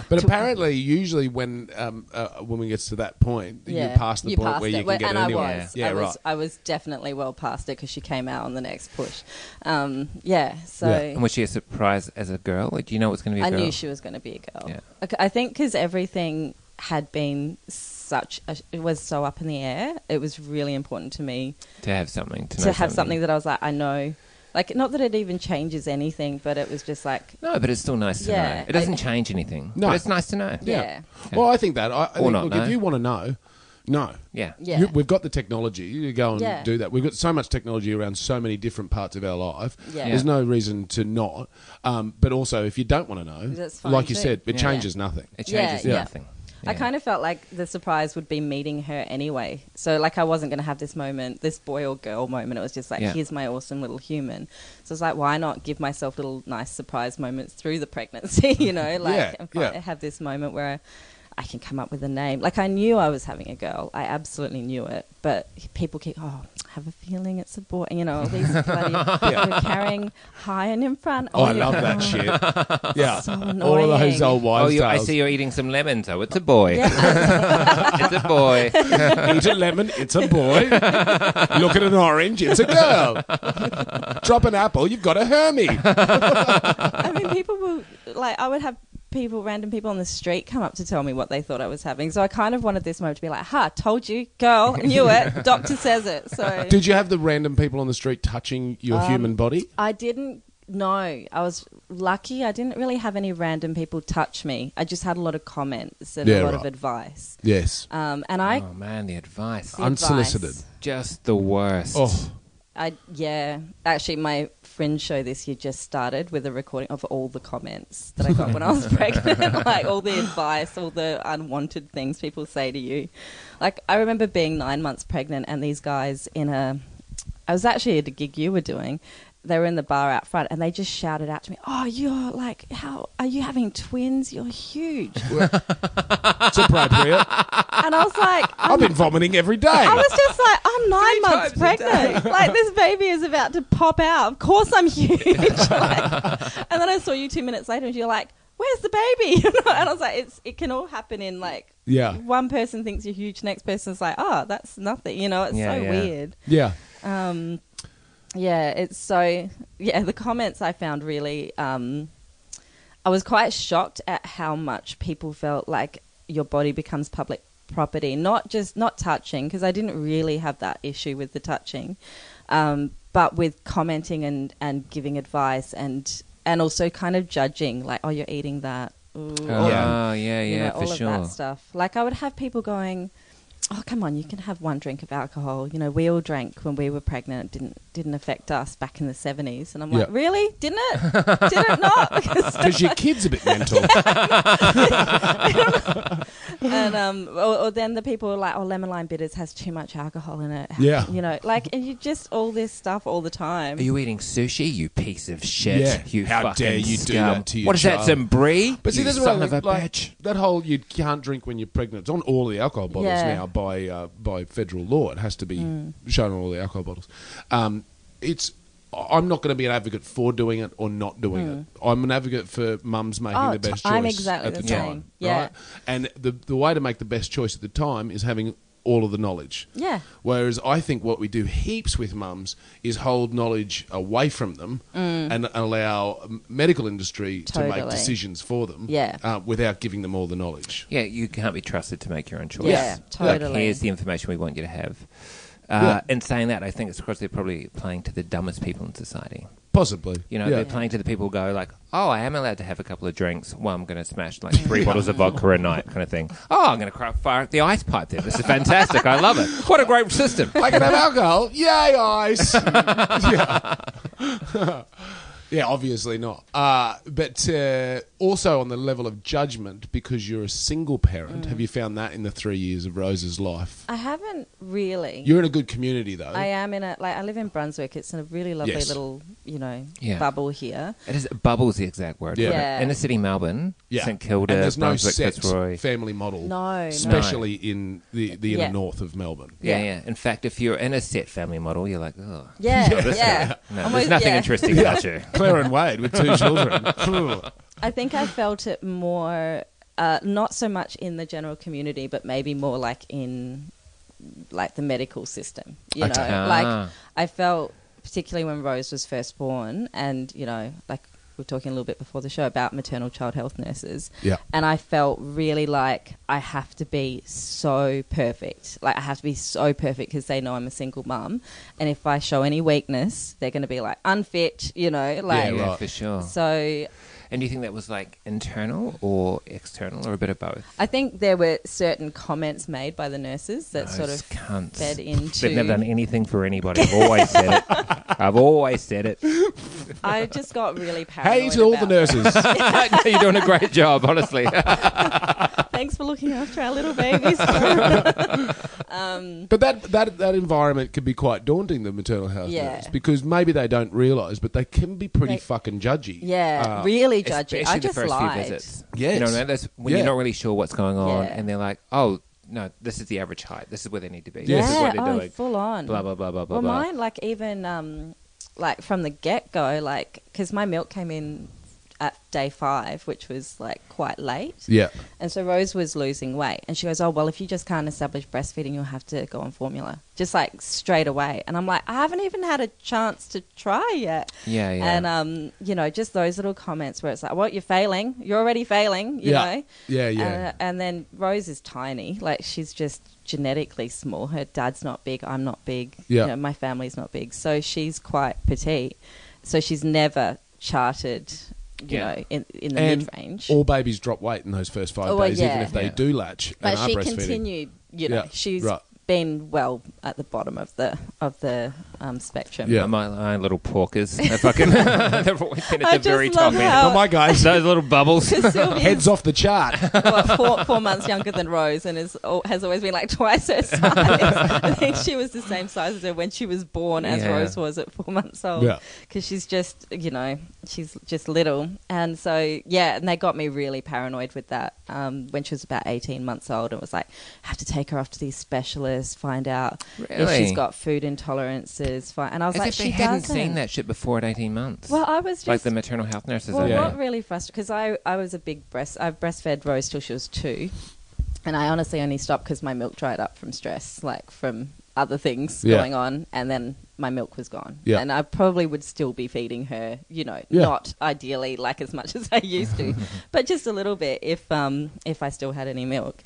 [SPEAKER 2] But apparently, usually when um, a woman gets to that point, you pass the point
[SPEAKER 1] passed
[SPEAKER 2] where you
[SPEAKER 1] it.
[SPEAKER 2] can
[SPEAKER 1] Well,
[SPEAKER 2] get
[SPEAKER 1] and
[SPEAKER 2] it anyway.
[SPEAKER 1] I was,
[SPEAKER 2] Yeah,
[SPEAKER 1] I
[SPEAKER 2] right.
[SPEAKER 1] was, I was definitely well past it because she came out on the next push. Um, yeah, so
[SPEAKER 2] Yeah.
[SPEAKER 3] and was she a surprise as a girl? Like, do you know it was going to be a
[SPEAKER 1] I
[SPEAKER 3] girl?
[SPEAKER 1] knew she was going to be a girl.
[SPEAKER 3] Yeah.
[SPEAKER 1] Okay, I think because everything had been such, a, it was so up in the air. It was really important to me
[SPEAKER 3] to have something. To,
[SPEAKER 1] to
[SPEAKER 3] know
[SPEAKER 1] have something that I was like, I know. Like, not that it even changes anything, but it was just like,
[SPEAKER 3] No, but it's still nice to
[SPEAKER 1] Yeah,
[SPEAKER 3] know. It doesn't
[SPEAKER 1] I-
[SPEAKER 3] change anything.
[SPEAKER 2] No.
[SPEAKER 3] But it's nice to know.
[SPEAKER 2] yeah.
[SPEAKER 3] Yeah.
[SPEAKER 2] Well, I think that. I, I think,
[SPEAKER 3] not,
[SPEAKER 2] look,
[SPEAKER 3] no.
[SPEAKER 2] if you want to know, no.
[SPEAKER 3] Yeah.
[SPEAKER 1] Yeah.
[SPEAKER 2] You- we've got the technology. You go and
[SPEAKER 1] Yeah.
[SPEAKER 2] do that. We've got so much technology around so many different parts of our life.
[SPEAKER 1] Yeah.
[SPEAKER 2] There's
[SPEAKER 3] Yeah.
[SPEAKER 2] no reason to not. Um, but also, if you don't want to know,
[SPEAKER 1] That's fine
[SPEAKER 2] like you
[SPEAKER 1] too.
[SPEAKER 2] said, it
[SPEAKER 3] Yeah.
[SPEAKER 2] changes nothing.
[SPEAKER 3] It
[SPEAKER 1] Yeah,
[SPEAKER 3] changes
[SPEAKER 1] yeah.
[SPEAKER 3] nothing.
[SPEAKER 1] I kind of felt like the surprise would be meeting her anyway. So like I wasn't going to have this moment, this boy or girl moment. It was just like,
[SPEAKER 4] Yeah.
[SPEAKER 1] here's my awesome little human. So it's like, why not give myself little nice surprise moments through the pregnancy? you know, like
[SPEAKER 2] Yeah,
[SPEAKER 1] and
[SPEAKER 2] yeah.
[SPEAKER 1] fi- have this moment where I can come up with a name. Like I knew I was having a girl. I absolutely knew it. But people keep, oh. I have a feeling it's a boy, you know. All these bloody you're carrying high and in front.
[SPEAKER 2] Oh, I
[SPEAKER 1] you're-
[SPEAKER 2] love that shit. Yeah,
[SPEAKER 1] So
[SPEAKER 2] all of those
[SPEAKER 1] annoying.
[SPEAKER 2] old
[SPEAKER 3] Oh,
[SPEAKER 2] wives'
[SPEAKER 3] you, I
[SPEAKER 2] tales.
[SPEAKER 3] see you're eating some lemon, so it's a boy.
[SPEAKER 1] Yeah.
[SPEAKER 3] it's a boy.
[SPEAKER 2] Eat a lemon, it's a boy. Look at an orange, it's a girl. Drop an apple, you've got a Hermie.
[SPEAKER 1] I mean, people were like, I would have people, random people on the street, come up to tell me what they thought I was having. So I kind of wanted this moment to be like, "Ha, told you, girl, knew it. Doctor says it." So
[SPEAKER 2] Did you have the random people on the street touching your human body?
[SPEAKER 1] Um, I didn't know. I was lucky. I didn't really have any random people touch me. I just had a lot of comments and
[SPEAKER 2] Yeah,
[SPEAKER 1] a lot of
[SPEAKER 2] right.
[SPEAKER 1] advice.
[SPEAKER 2] Yes.
[SPEAKER 1] Um, and I
[SPEAKER 3] Oh man, the advice.
[SPEAKER 1] the
[SPEAKER 2] Unsolicited.
[SPEAKER 1] advice-
[SPEAKER 3] Just the worst.
[SPEAKER 2] Oh,
[SPEAKER 1] I yeah. Actually, my fringe show this year just started with a recording of all the comments that I got when I was pregnant, like all the advice, all the unwanted things people say to you. Like I remember being nine months pregnant, and these guys in a, I was actually at a gig you were doing. They were in the bar out front, and they just shouted out to me, "Oh, you're like, how are you having twins? You're huge!"
[SPEAKER 2] it's appropriate.
[SPEAKER 1] And I was like,
[SPEAKER 2] I've been vomiting every day.
[SPEAKER 1] I was just like, I'm nine months
[SPEAKER 3] times a
[SPEAKER 1] pregnant. Like this baby is about to pop out. Of course I'm huge. Like, and then I saw you two minutes later, and you're like, "Where's the baby?" You know? And I was like, "It's it can all happen in like
[SPEAKER 2] Yeah.
[SPEAKER 1] one person thinks you're huge, next person's like, oh, that's nothing." You know, it's
[SPEAKER 3] Yeah,
[SPEAKER 1] so
[SPEAKER 3] yeah.
[SPEAKER 1] weird.
[SPEAKER 2] Yeah.
[SPEAKER 1] Um, yeah, it's so yeah. The comments I found really. Um, I was quite shocked at how much people felt like your body becomes public property, not just not touching, because I didn't really have that issue with the touching, um, but with commenting and and giving advice and and also kind of judging, like, oh, you're eating that. Ooh,
[SPEAKER 3] Oh,
[SPEAKER 2] Yeah.
[SPEAKER 3] yeah, yeah,
[SPEAKER 1] you know, all
[SPEAKER 3] for
[SPEAKER 1] of
[SPEAKER 3] sure.
[SPEAKER 1] that stuff. Like I would have people going, "Oh, come on, you can have one drink of alcohol." You know, we all drank when we were pregnant. It didn't didn't affect us back in the seventies. And I'm like,
[SPEAKER 2] Yeah.
[SPEAKER 1] really? Didn't it? Did it not? Because-
[SPEAKER 2] Because your kid's a bit mental.
[SPEAKER 1] and um, or, or then the people are like, "Oh, lemon lime bitters has too much alcohol in it."
[SPEAKER 2] Yeah.
[SPEAKER 1] you know, like and you just all this stuff all the time.
[SPEAKER 3] Are you eating sushi, you piece of shit?
[SPEAKER 2] Yeah.
[SPEAKER 3] You
[SPEAKER 2] How
[SPEAKER 3] fucking
[SPEAKER 2] dare you do
[SPEAKER 3] scum.
[SPEAKER 2] that to your
[SPEAKER 3] What is that,
[SPEAKER 2] child?
[SPEAKER 3] some brie?
[SPEAKER 2] But see,
[SPEAKER 3] you
[SPEAKER 2] that's
[SPEAKER 3] son
[SPEAKER 2] what I
[SPEAKER 3] of a
[SPEAKER 2] mean, like,
[SPEAKER 3] bitch.
[SPEAKER 2] That whole you can't drink when you're pregnant. It's on all the alcohol bottles
[SPEAKER 1] Yeah. Hmm.
[SPEAKER 2] now by uh, by federal law. It has to be shown on all the alcohol bottles. Um, it's I'm not going to be an advocate for doing it or not doing it. I'm an advocate for mums making
[SPEAKER 1] Hmm. Oh,
[SPEAKER 2] the best
[SPEAKER 1] t-
[SPEAKER 2] choice
[SPEAKER 1] I'm exactly
[SPEAKER 2] at the,
[SPEAKER 1] the
[SPEAKER 2] time.
[SPEAKER 1] same. Yeah.
[SPEAKER 2] Right? And the the way to make the best choice at the time is having all of the knowledge.
[SPEAKER 1] Yeah.
[SPEAKER 2] Whereas I think what we do heaps with mums is hold knowledge away from them and allow m- medical industry to make
[SPEAKER 1] Mm. Totally.
[SPEAKER 2] decisions for them
[SPEAKER 1] Yeah.
[SPEAKER 2] uh, without giving them all the knowledge.
[SPEAKER 3] Yeah, you can't be trusted to make your own choice.
[SPEAKER 1] Yeah,
[SPEAKER 3] Like,
[SPEAKER 1] totally.
[SPEAKER 3] here's the information we want you to have.
[SPEAKER 2] Yeah.
[SPEAKER 3] Uh, In saying that, I think it's because they're probably playing to the dumbest people in society.
[SPEAKER 2] Possibly.
[SPEAKER 3] You know,
[SPEAKER 2] Yeah.
[SPEAKER 3] they're playing to the people who go like, "Oh, I am allowed to have a couple of drinks. Well, I'm going to smash like three bottles of vodka a night, kind of thing. Oh, I'm going to fire up the ice pipe there. This is fantastic. I love it. What a great system.
[SPEAKER 2] I can have alcohol. Yay, ice. yeah. yeah, obviously not. Uh, but uh, also on the level of judgment, because you're a single
[SPEAKER 1] Mm.
[SPEAKER 2] parent, have you found that in the three years of Rose's life?
[SPEAKER 1] I haven't really.
[SPEAKER 2] You're in a good community, though.
[SPEAKER 1] I am in a like I live in Brunswick. It's a really lovely
[SPEAKER 2] Yes.
[SPEAKER 1] little you know
[SPEAKER 3] Yeah.
[SPEAKER 1] bubble here.
[SPEAKER 3] It is bubbles the exact word.
[SPEAKER 2] Yeah.
[SPEAKER 3] for it.
[SPEAKER 1] Yeah.
[SPEAKER 3] Inner city Melbourne,
[SPEAKER 2] yeah.
[SPEAKER 3] St Kilda,
[SPEAKER 2] and there's no
[SPEAKER 3] Brunswick,
[SPEAKER 2] set
[SPEAKER 3] Fitzroy.
[SPEAKER 2] family model.
[SPEAKER 1] No, no.
[SPEAKER 2] Especially in the, the inner
[SPEAKER 1] Yeah.
[SPEAKER 2] north of Melbourne.
[SPEAKER 3] yeah,
[SPEAKER 1] Yeah.
[SPEAKER 3] yeah, In fact, if you're in a set family model, you're like, oh,
[SPEAKER 1] Yeah, yeah.
[SPEAKER 3] no,
[SPEAKER 1] Almost-
[SPEAKER 3] there's nothing
[SPEAKER 1] yeah.
[SPEAKER 3] interesting about you.
[SPEAKER 2] Claire and Wade with two children.
[SPEAKER 1] I think I felt it more, uh, not so much in the general community, but maybe more like in like the medical system. You
[SPEAKER 2] Okay.
[SPEAKER 1] know,
[SPEAKER 3] Ah.
[SPEAKER 1] like I felt particularly when Rose was first born, and you know, like we were talking a little bit before the show about maternal child health nurses.
[SPEAKER 2] Yeah.
[SPEAKER 1] And I felt really like I have to be so perfect. Like I have to be so perfect because they know I'm a single mum, and if I show any weakness, they're going to be like unfit. You know, like.
[SPEAKER 3] yeah,
[SPEAKER 2] right.
[SPEAKER 3] for sure.
[SPEAKER 1] So
[SPEAKER 3] And do you think that was like internal or external or a bit of both?
[SPEAKER 1] I think there were certain comments made by the nurses that sort
[SPEAKER 3] Those
[SPEAKER 1] of
[SPEAKER 3] cunts.
[SPEAKER 1] fed into.
[SPEAKER 3] They've never done anything for anybody. I've always said it. I've always said it.
[SPEAKER 1] I just got really paranoid.
[SPEAKER 2] Hey to all the
[SPEAKER 1] about
[SPEAKER 2] nurses.
[SPEAKER 3] No, you're doing a great job, honestly.
[SPEAKER 1] that. Thanks for looking after our little babies. um,
[SPEAKER 2] But that, that that environment can be quite daunting, the maternal house
[SPEAKER 1] Yeah.
[SPEAKER 2] moves, because maybe they don't realise, but they can be pretty
[SPEAKER 1] They-
[SPEAKER 2] fucking judgy.
[SPEAKER 1] yeah,
[SPEAKER 2] Uh,
[SPEAKER 1] really
[SPEAKER 3] Especially
[SPEAKER 1] judgy. I just
[SPEAKER 3] the first
[SPEAKER 1] lied.
[SPEAKER 3] few visits.
[SPEAKER 2] Yes.
[SPEAKER 3] You know what I mean? That's when
[SPEAKER 2] Yeah.
[SPEAKER 3] you're not really sure what's going on,
[SPEAKER 1] Yeah.
[SPEAKER 3] and they're like, "Oh, no, this is the average height. This is where they need to be.
[SPEAKER 1] Yeah,
[SPEAKER 3] This is what they're
[SPEAKER 1] oh,
[SPEAKER 3] doing."
[SPEAKER 1] full on.
[SPEAKER 3] Blah blah blah blah blah.
[SPEAKER 1] well,
[SPEAKER 3] blah.
[SPEAKER 1] mine, like even um, like from the get go, like because my milk came in at day five, which was like quite late,
[SPEAKER 2] Yeah.
[SPEAKER 1] and so Rose was losing weight, and she goes, "Oh well, if you just can't establish breastfeeding, you'll have to go on formula, just like straight away." And I'm like, I haven't even had a chance to try yet.
[SPEAKER 3] Yeah, yeah.
[SPEAKER 1] And um, you know, just those little comments where it's like, "Well, you're failing. You're already failing." You
[SPEAKER 2] yeah.
[SPEAKER 1] know.
[SPEAKER 2] yeah. Yeah,
[SPEAKER 1] Uh, and then Rose is tiny. Like she's just genetically small. Her dad's not big. I'm not big.
[SPEAKER 2] Yeah.
[SPEAKER 1] You know, my family's not big. So she's quite petite. So she's never charted, you
[SPEAKER 3] Yeah.
[SPEAKER 1] know, in, in the
[SPEAKER 2] And
[SPEAKER 1] mid range.
[SPEAKER 2] All babies drop weight in those first five
[SPEAKER 1] Oh, well,
[SPEAKER 2] days, even
[SPEAKER 1] yeah.
[SPEAKER 2] if they
[SPEAKER 3] Yeah.
[SPEAKER 2] do latch.
[SPEAKER 1] But
[SPEAKER 2] and are
[SPEAKER 1] she
[SPEAKER 2] breastfeeding.
[SPEAKER 1] continued, you know,
[SPEAKER 2] Yeah,
[SPEAKER 1] she's
[SPEAKER 2] right.
[SPEAKER 1] been well at the bottom of the of the um, spectrum.
[SPEAKER 2] Yeah.
[SPEAKER 3] My, my "Ah, little porkers. They're fucking. they're always been at
[SPEAKER 1] I
[SPEAKER 3] the very
[SPEAKER 1] just love
[SPEAKER 3] top end.
[SPEAKER 1] how-
[SPEAKER 2] Oh, my guys.
[SPEAKER 3] Those little bubbles.
[SPEAKER 1] Because Sylvia's
[SPEAKER 2] Heads off the chart.
[SPEAKER 1] what, four, four months younger than Rose and is, al- has always been like twice her size. I think she was the same size as her when she was born as
[SPEAKER 3] Yeah.
[SPEAKER 1] Rose was at four months old.
[SPEAKER 2] Yeah.
[SPEAKER 1] Because she's just, you know, she's just little. And so, yeah, and they got me really paranoid with that um, when she was about 18 months old. It was like, have to take her off to these specialists, find out if
[SPEAKER 3] Really?
[SPEAKER 1] she's got food intolerances. Fi- and I was
[SPEAKER 3] As
[SPEAKER 1] like,
[SPEAKER 3] if they
[SPEAKER 1] she
[SPEAKER 3] hadn't
[SPEAKER 1] doesn't.
[SPEAKER 3] seen that shit before at 18 months.
[SPEAKER 1] Well, I was just
[SPEAKER 3] like the maternal health nurses.
[SPEAKER 1] well,
[SPEAKER 3] are
[SPEAKER 2] Yeah.
[SPEAKER 1] what really frustrated because I, I was a big breast I breastfed Rose till she was two, and I honestly only stopped because my milk dried up from stress, like from other things
[SPEAKER 2] Yeah.
[SPEAKER 1] going on, and then my milk was gone.
[SPEAKER 2] Yeah.
[SPEAKER 1] and I probably would still be feeding her, you know,
[SPEAKER 2] Yeah.
[SPEAKER 1] not ideally like as much as I used to, but just a little bit if um if I still had any milk.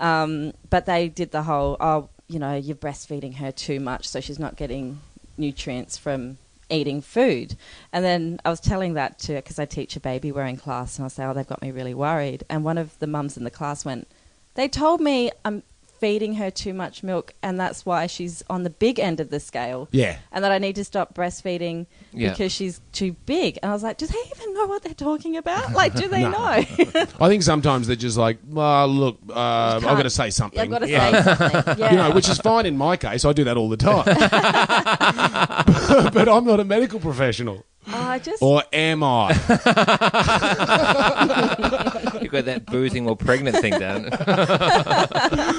[SPEAKER 1] Um, but they did the whole, oh, you know, you're breastfeeding her too much, so she's not getting nutrients from eating food. And then I was telling that to because I teach a baby wearing class, and I say, oh, they've got me really worried. And one of the mums in the class went, they told me I'm feeding her too much milk, and that's why she's on the big end of the scale.
[SPEAKER 2] Yeah.
[SPEAKER 1] And that I need to stop breastfeeding
[SPEAKER 3] Yeah.
[SPEAKER 1] because she's too big. And I was like, do they even know what they're talking about? Like, do they
[SPEAKER 2] No.
[SPEAKER 1] know?
[SPEAKER 2] I think sometimes they're just like, "Ah, look, uh, I've
[SPEAKER 1] can't-
[SPEAKER 2] got to say something.
[SPEAKER 1] I've got to
[SPEAKER 2] Uh,
[SPEAKER 1] say something. Yeah.
[SPEAKER 2] You know, which is fine in my case. I do that all the time. but I'm not a medical professional.
[SPEAKER 1] I just
[SPEAKER 2] Or am I?
[SPEAKER 3] You got that boozing or pregnant thing down.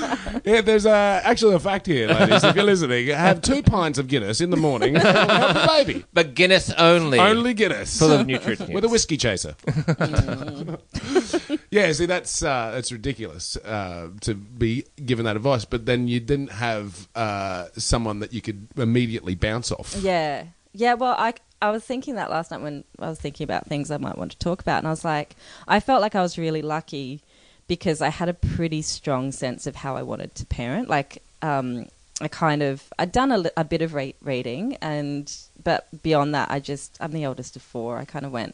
[SPEAKER 2] Yeah, there's uh, actually a fact here, ladies. If you're listening, have two pints of Guinness in the morning. It'll help the baby.
[SPEAKER 3] but Guinness only.
[SPEAKER 2] Only Guinness.
[SPEAKER 3] Full of nutrients.
[SPEAKER 2] With a whiskey chaser. yeah, see, that's uh, that's ridiculous uh, to be given that advice. But then you didn't have uh, someone that you could immediately bounce off.
[SPEAKER 1] Yeah. Yeah, well, I, I was thinking that last night when I was thinking about things I might want to talk about. And I was like, I felt like I was really lucky because I had a pretty strong sense of how I wanted to parent. Like, um, I kind of, I'd done a, li- a bit of re- reading, and but beyond that, I just, I'm the oldest of four. I kind of went,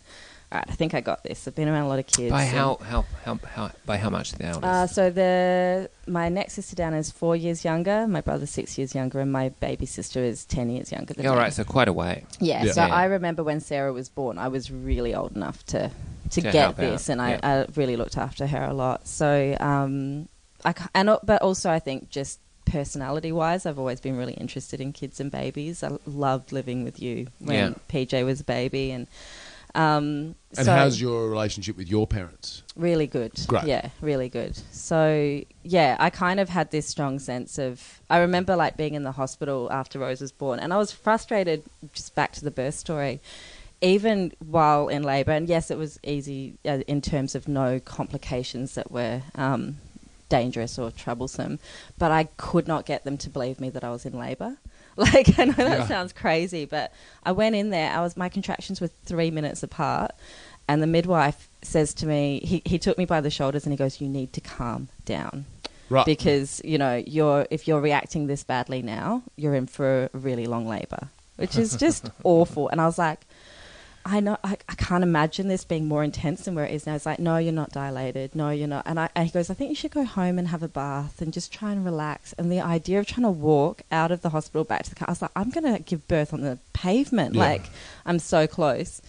[SPEAKER 1] all right, I think I got this. I've been around a lot of kids.
[SPEAKER 3] By
[SPEAKER 1] and-
[SPEAKER 3] how, how, how, how, by how much the eldest?
[SPEAKER 1] uh, so the my next sister down is four years younger, my brother's six years younger, and my baby sister is ten years younger than
[SPEAKER 3] Yeah, all
[SPEAKER 1] me.
[SPEAKER 3] right, so quite a way.
[SPEAKER 1] Yeah,
[SPEAKER 2] Yeah.
[SPEAKER 1] so
[SPEAKER 3] Yeah.
[SPEAKER 1] I remember when Sarah was born, I was really old enough to to,
[SPEAKER 3] To help
[SPEAKER 1] get this,
[SPEAKER 3] out,
[SPEAKER 1] and I,
[SPEAKER 3] yeah.
[SPEAKER 1] I really looked after her a lot. So, um, I ca- and al- but also I think just personality wise, I've always been really interested in kids and babies. I loved living with you when
[SPEAKER 3] Yeah.
[SPEAKER 1] PJ was a baby, and um,
[SPEAKER 2] And
[SPEAKER 1] so
[SPEAKER 2] how's your relationship with your parents?
[SPEAKER 1] really good.
[SPEAKER 2] Great.
[SPEAKER 1] Yeah, really good. So yeah, I kind of had this strong sense of. I remember like being in the hospital after Rose was born, and I was frustrated. Just back to the birth story, even while in labour, and yes, it was easy uh, in terms of no complications that were. Um, dangerous or troublesome but i could not get them to believe me that i was in labor like i know that
[SPEAKER 2] Yeah.
[SPEAKER 1] sounds crazy but i went in there i was my contractions were three minutes apart and the midwife says to me, he, he took me by the shoulders and he goes, You need to calm down.
[SPEAKER 2] Right.
[SPEAKER 1] Because, you know, you're if you're reacting this badly now, you're in for a really long labor, which is just awful. And I was like, I know, I, I can't imagine this being more intense than where it is now. It's like, no, you're not dilated. No, you're not. And, I, and he goes, I think you should go home and have a bath and just try and relax. And the idea of trying to walk out of the hospital back to the car, I was like, I'm going to give birth on the pavement.
[SPEAKER 2] Yeah.
[SPEAKER 1] Like, I'm so close.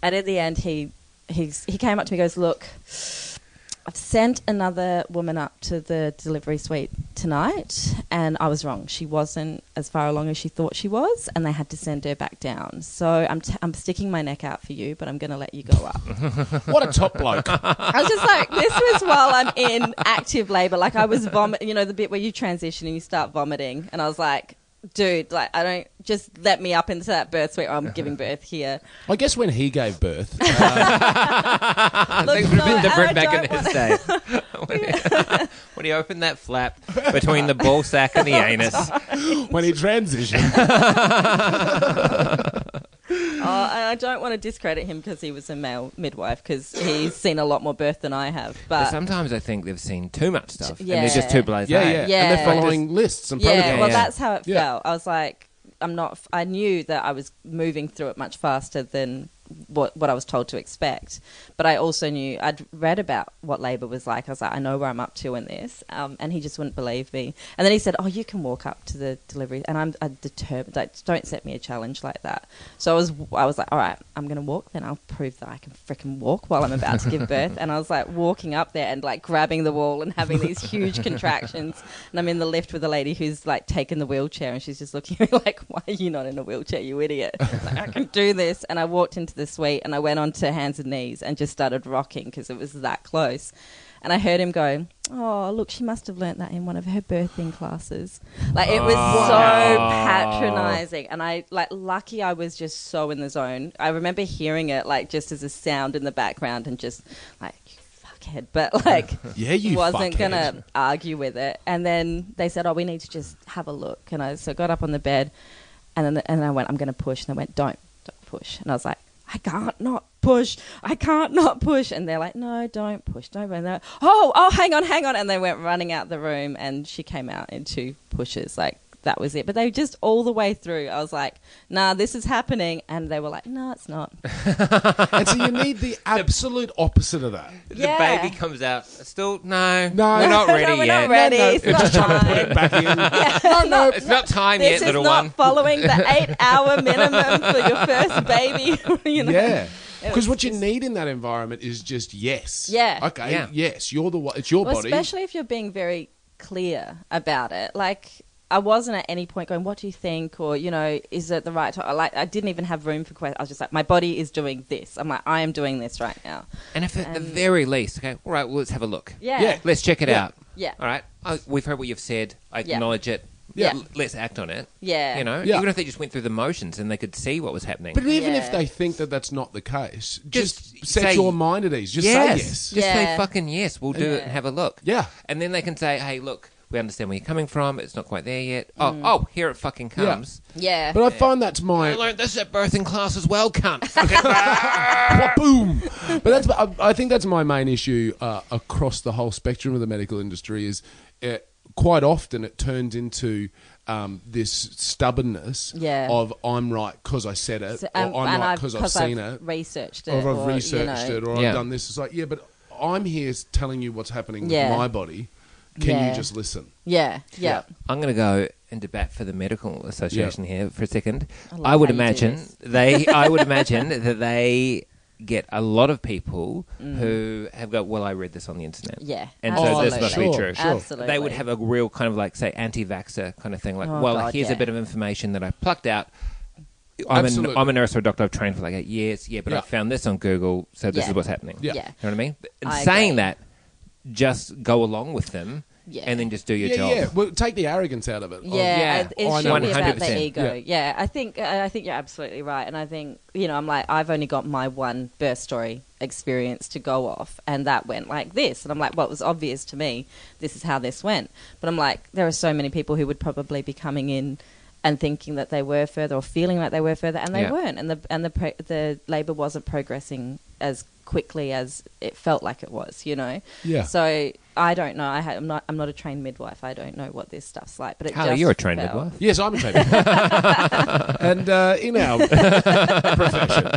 [SPEAKER 1] And at the end, he he's, he came up to me, and goes, "Look, I've sent another woman up to the delivery suite tonight, and I was wrong. She wasn't as far along as she thought she was, and they had to send her back down. So I'm, t- I'm sticking my neck out for you, but I'm going to let you go up.
[SPEAKER 2] What a top bloke.
[SPEAKER 1] I was just like, this was while I'm in active labor. Like I was vomit, you know, the bit where you transition and you start vomiting. And I was like, dude, like I don't just let me up into that birth suite. Or I'm giving birth here.
[SPEAKER 2] I guess when he gave birth,
[SPEAKER 1] Look,
[SPEAKER 3] Things were a
[SPEAKER 1] no,
[SPEAKER 3] bit
[SPEAKER 1] I
[SPEAKER 3] different back
[SPEAKER 1] don't
[SPEAKER 3] in
[SPEAKER 1] want-
[SPEAKER 3] his day. when, he, when he opened that flap between the ball sack and the anus.
[SPEAKER 2] when he transitioned,
[SPEAKER 1] Oh, and I don't want to discredit him because he was a male midwife because he's seen a lot more birth than I have. But
[SPEAKER 3] Sometimes I think they've seen too much stuff, and
[SPEAKER 1] Yeah.
[SPEAKER 3] they're just too blase.
[SPEAKER 2] yeah, yeah,
[SPEAKER 1] Yeah.
[SPEAKER 2] and they're following lists and
[SPEAKER 1] yeah,
[SPEAKER 2] protocols.
[SPEAKER 1] well,
[SPEAKER 3] Yeah.
[SPEAKER 1] that's how it
[SPEAKER 2] Yeah.
[SPEAKER 1] felt. I was like, I'm not. f- I knew that I was moving through it much faster than what what I was told to expect. But I also knew I'd read about what labour was like. I was like, I know where I'm up to in this, um, and he just wouldn't believe me. And then he said, Oh, you can walk up to the delivery, and I'm, i determined. Like, don't set me a challenge like that. So I was I was like, All right, I'm gonna walk. Then I'll prove that I can freaking walk while I'm about to give birth. And I was like walking up there and like grabbing the wall and having these huge contractions. And I'm in the lift with a lady who's like taken the wheelchair and she's just looking at me like, why are you not in a wheelchair, you idiot? Like, I can do this. And I walked into the suite and I went onto hands and knees and just started rocking because it was that close. And I heard him go, oh, look, she must have learnt that in one of her birthing classes. Like it was so
[SPEAKER 2] Oh.
[SPEAKER 1] patronizing. And I, like, lucky I was just so in the zone. I remember hearing it like just as a sound in the background and just like, "You fuckhead. But like,
[SPEAKER 2] yeah, you
[SPEAKER 1] wasn't
[SPEAKER 2] fuckhead.
[SPEAKER 1] gonna argue with it. And then they said, "Oh, we need to just have a look." And I so I got up on the bed, and then and I went, "I'm gonna push," and they went, "Don't, don't push." And I was like, "I can't not push. I can't not push." And they're like, "No, don't push, don't." And they're like, "Oh, oh, hang on, hang on," and they went running out the room, and she came out in two pushes, like. That was it, but they just all the way through. I was like, "Nah, this is happening," and they were like, "No, it's not."
[SPEAKER 2] And so you need the absolute opposite of that.
[SPEAKER 1] Yeah.
[SPEAKER 3] The baby comes out. Still, no,
[SPEAKER 2] No.
[SPEAKER 3] we're not
[SPEAKER 1] No,
[SPEAKER 3] ready
[SPEAKER 1] we're
[SPEAKER 3] yet.
[SPEAKER 1] not ready. It's
[SPEAKER 2] You're just
[SPEAKER 1] not
[SPEAKER 2] trying to put
[SPEAKER 1] time.
[SPEAKER 2] it back in. no, no.
[SPEAKER 3] It's not time
[SPEAKER 1] this
[SPEAKER 3] yet, little
[SPEAKER 1] is not
[SPEAKER 3] one.
[SPEAKER 1] following the eight hour minimum for your first baby. you know?
[SPEAKER 2] Yeah.
[SPEAKER 1] It
[SPEAKER 2] Because
[SPEAKER 1] was
[SPEAKER 2] what you
[SPEAKER 1] just-
[SPEAKER 2] need in that environment is just yes.
[SPEAKER 1] Yeah.
[SPEAKER 2] Okay.
[SPEAKER 3] Yeah.
[SPEAKER 2] Yes. You're the one. It's your
[SPEAKER 1] Well,
[SPEAKER 2] body.
[SPEAKER 1] especially if you're being very clear about it. Like, I wasn't at any point going, "What do you think?" or you know, "Is it the right?" time? Like, I didn't even have room for questions. I was just like, "My body is doing this." I'm like, "I am doing this right now."
[SPEAKER 3] And if at the
[SPEAKER 1] Um,
[SPEAKER 3] very least, okay, all right, well, let's have a look.
[SPEAKER 1] Yeah.
[SPEAKER 2] Yeah.
[SPEAKER 3] Let's check it
[SPEAKER 2] Yeah.
[SPEAKER 3] out.
[SPEAKER 1] Yeah.
[SPEAKER 3] All right. I, we've heard what you've said. I
[SPEAKER 1] Yeah.
[SPEAKER 3] acknowledge it.
[SPEAKER 1] Yeah.
[SPEAKER 3] L- Let's act on it.
[SPEAKER 1] Yeah.
[SPEAKER 3] You know,
[SPEAKER 2] Yeah.
[SPEAKER 3] even if they just went through the motions and they could see what was happening.
[SPEAKER 2] But even
[SPEAKER 1] Yeah.
[SPEAKER 2] if they think that that's not the case, just,
[SPEAKER 3] Just
[SPEAKER 2] set
[SPEAKER 3] say-
[SPEAKER 2] your mind at ease. Just
[SPEAKER 3] yes.
[SPEAKER 2] say yes.
[SPEAKER 3] Just say
[SPEAKER 1] Yeah.
[SPEAKER 3] fucking yes. We'll do it and
[SPEAKER 1] Yeah.
[SPEAKER 3] have a look.
[SPEAKER 2] Yeah.
[SPEAKER 3] And then they can say, hey, look, we understand where you're coming from. It's not quite there yet. Oh,
[SPEAKER 1] Mm.
[SPEAKER 3] oh, here it fucking
[SPEAKER 2] Yeah.
[SPEAKER 3] comes.
[SPEAKER 1] Yeah,
[SPEAKER 2] But I find that's
[SPEAKER 3] I
[SPEAKER 2] my
[SPEAKER 3] learned this at birthing class as well, cunt.
[SPEAKER 2] boom. But that's I, I think that's my main issue uh, across the whole spectrum of the medical industry is uh quite often it turns into um, this stubbornness
[SPEAKER 1] Yeah.
[SPEAKER 2] of I'm right because I said it,
[SPEAKER 1] So, um,
[SPEAKER 2] or I'm
[SPEAKER 1] and
[SPEAKER 2] right
[SPEAKER 1] I've-
[SPEAKER 2] because I've seen it,
[SPEAKER 1] researched it,
[SPEAKER 2] or I've
[SPEAKER 1] or,
[SPEAKER 2] researched
[SPEAKER 1] you know,
[SPEAKER 2] it, or
[SPEAKER 3] Yeah.
[SPEAKER 2] I've done this. It's like, yeah, but I'm here s- telling you what's happening
[SPEAKER 1] Yeah.
[SPEAKER 2] with my body. Can
[SPEAKER 1] Yeah.
[SPEAKER 2] you just listen?
[SPEAKER 1] Yeah, yeah,
[SPEAKER 3] I'm going to go into bat for the medical association here for a second.
[SPEAKER 1] I love
[SPEAKER 3] I, would
[SPEAKER 1] how you do
[SPEAKER 3] imagine
[SPEAKER 1] this.
[SPEAKER 3] they. I would imagine that they get a lot of people who have got. Well, I read this on the internet.
[SPEAKER 1] Mm. Yeah,
[SPEAKER 3] and so this must
[SPEAKER 2] absolutely.
[SPEAKER 3] be true.
[SPEAKER 2] Sure.
[SPEAKER 1] absolutely.
[SPEAKER 3] They would have a real kind of like say anti-vaxer kind of thing. Like,
[SPEAKER 1] Oh,
[SPEAKER 3] well,
[SPEAKER 1] God,
[SPEAKER 3] here's
[SPEAKER 1] yeah.
[SPEAKER 3] a bit of information that I plucked out. I'm, an,
[SPEAKER 2] Absolutely.
[SPEAKER 3] I'm a nurse or a doctor. I've trained for like eight years. Yeah, but
[SPEAKER 2] Yeah.
[SPEAKER 3] I found this on Google, so this
[SPEAKER 1] Yeah.
[SPEAKER 3] is what's happening.
[SPEAKER 2] Yeah.
[SPEAKER 1] Yeah.
[SPEAKER 3] You know what I mean? And
[SPEAKER 1] I
[SPEAKER 3] saying
[SPEAKER 1] agree.
[SPEAKER 3] that, just go along with them
[SPEAKER 1] Yeah.
[SPEAKER 3] and then just do your
[SPEAKER 2] yeah,
[SPEAKER 3] job.
[SPEAKER 2] yeah. Well, take the arrogance out of it.
[SPEAKER 1] Yeah,
[SPEAKER 3] Oh,
[SPEAKER 1] it
[SPEAKER 2] yeah. I
[SPEAKER 1] it
[SPEAKER 2] know.
[SPEAKER 1] should be about
[SPEAKER 3] 100%.
[SPEAKER 1] the ego.
[SPEAKER 2] Yeah.
[SPEAKER 1] Yeah. I think uh, I I think you're absolutely right, and I think you know I'm like I've only got my one birth story experience to go off, and that went like this, and I'm like, well, it was obvious to me this is how this went, but I'm like, there are so many people who would probably be coming in and thinking that they were further or feeling like they were further, and they
[SPEAKER 3] Yeah.
[SPEAKER 1] weren't, and the and the pro- the labour wasn't progressing as quickly as it felt like it was, you know.
[SPEAKER 2] Yeah.
[SPEAKER 1] So. I don't know. I ha- I'm not. I'm not a trained midwife. I don't know what this stuff's like. But it
[SPEAKER 3] Carly,
[SPEAKER 1] just
[SPEAKER 3] you're a trained
[SPEAKER 1] felt-
[SPEAKER 3] midwife.
[SPEAKER 2] Yes, I'm a trained and uh, in our profession.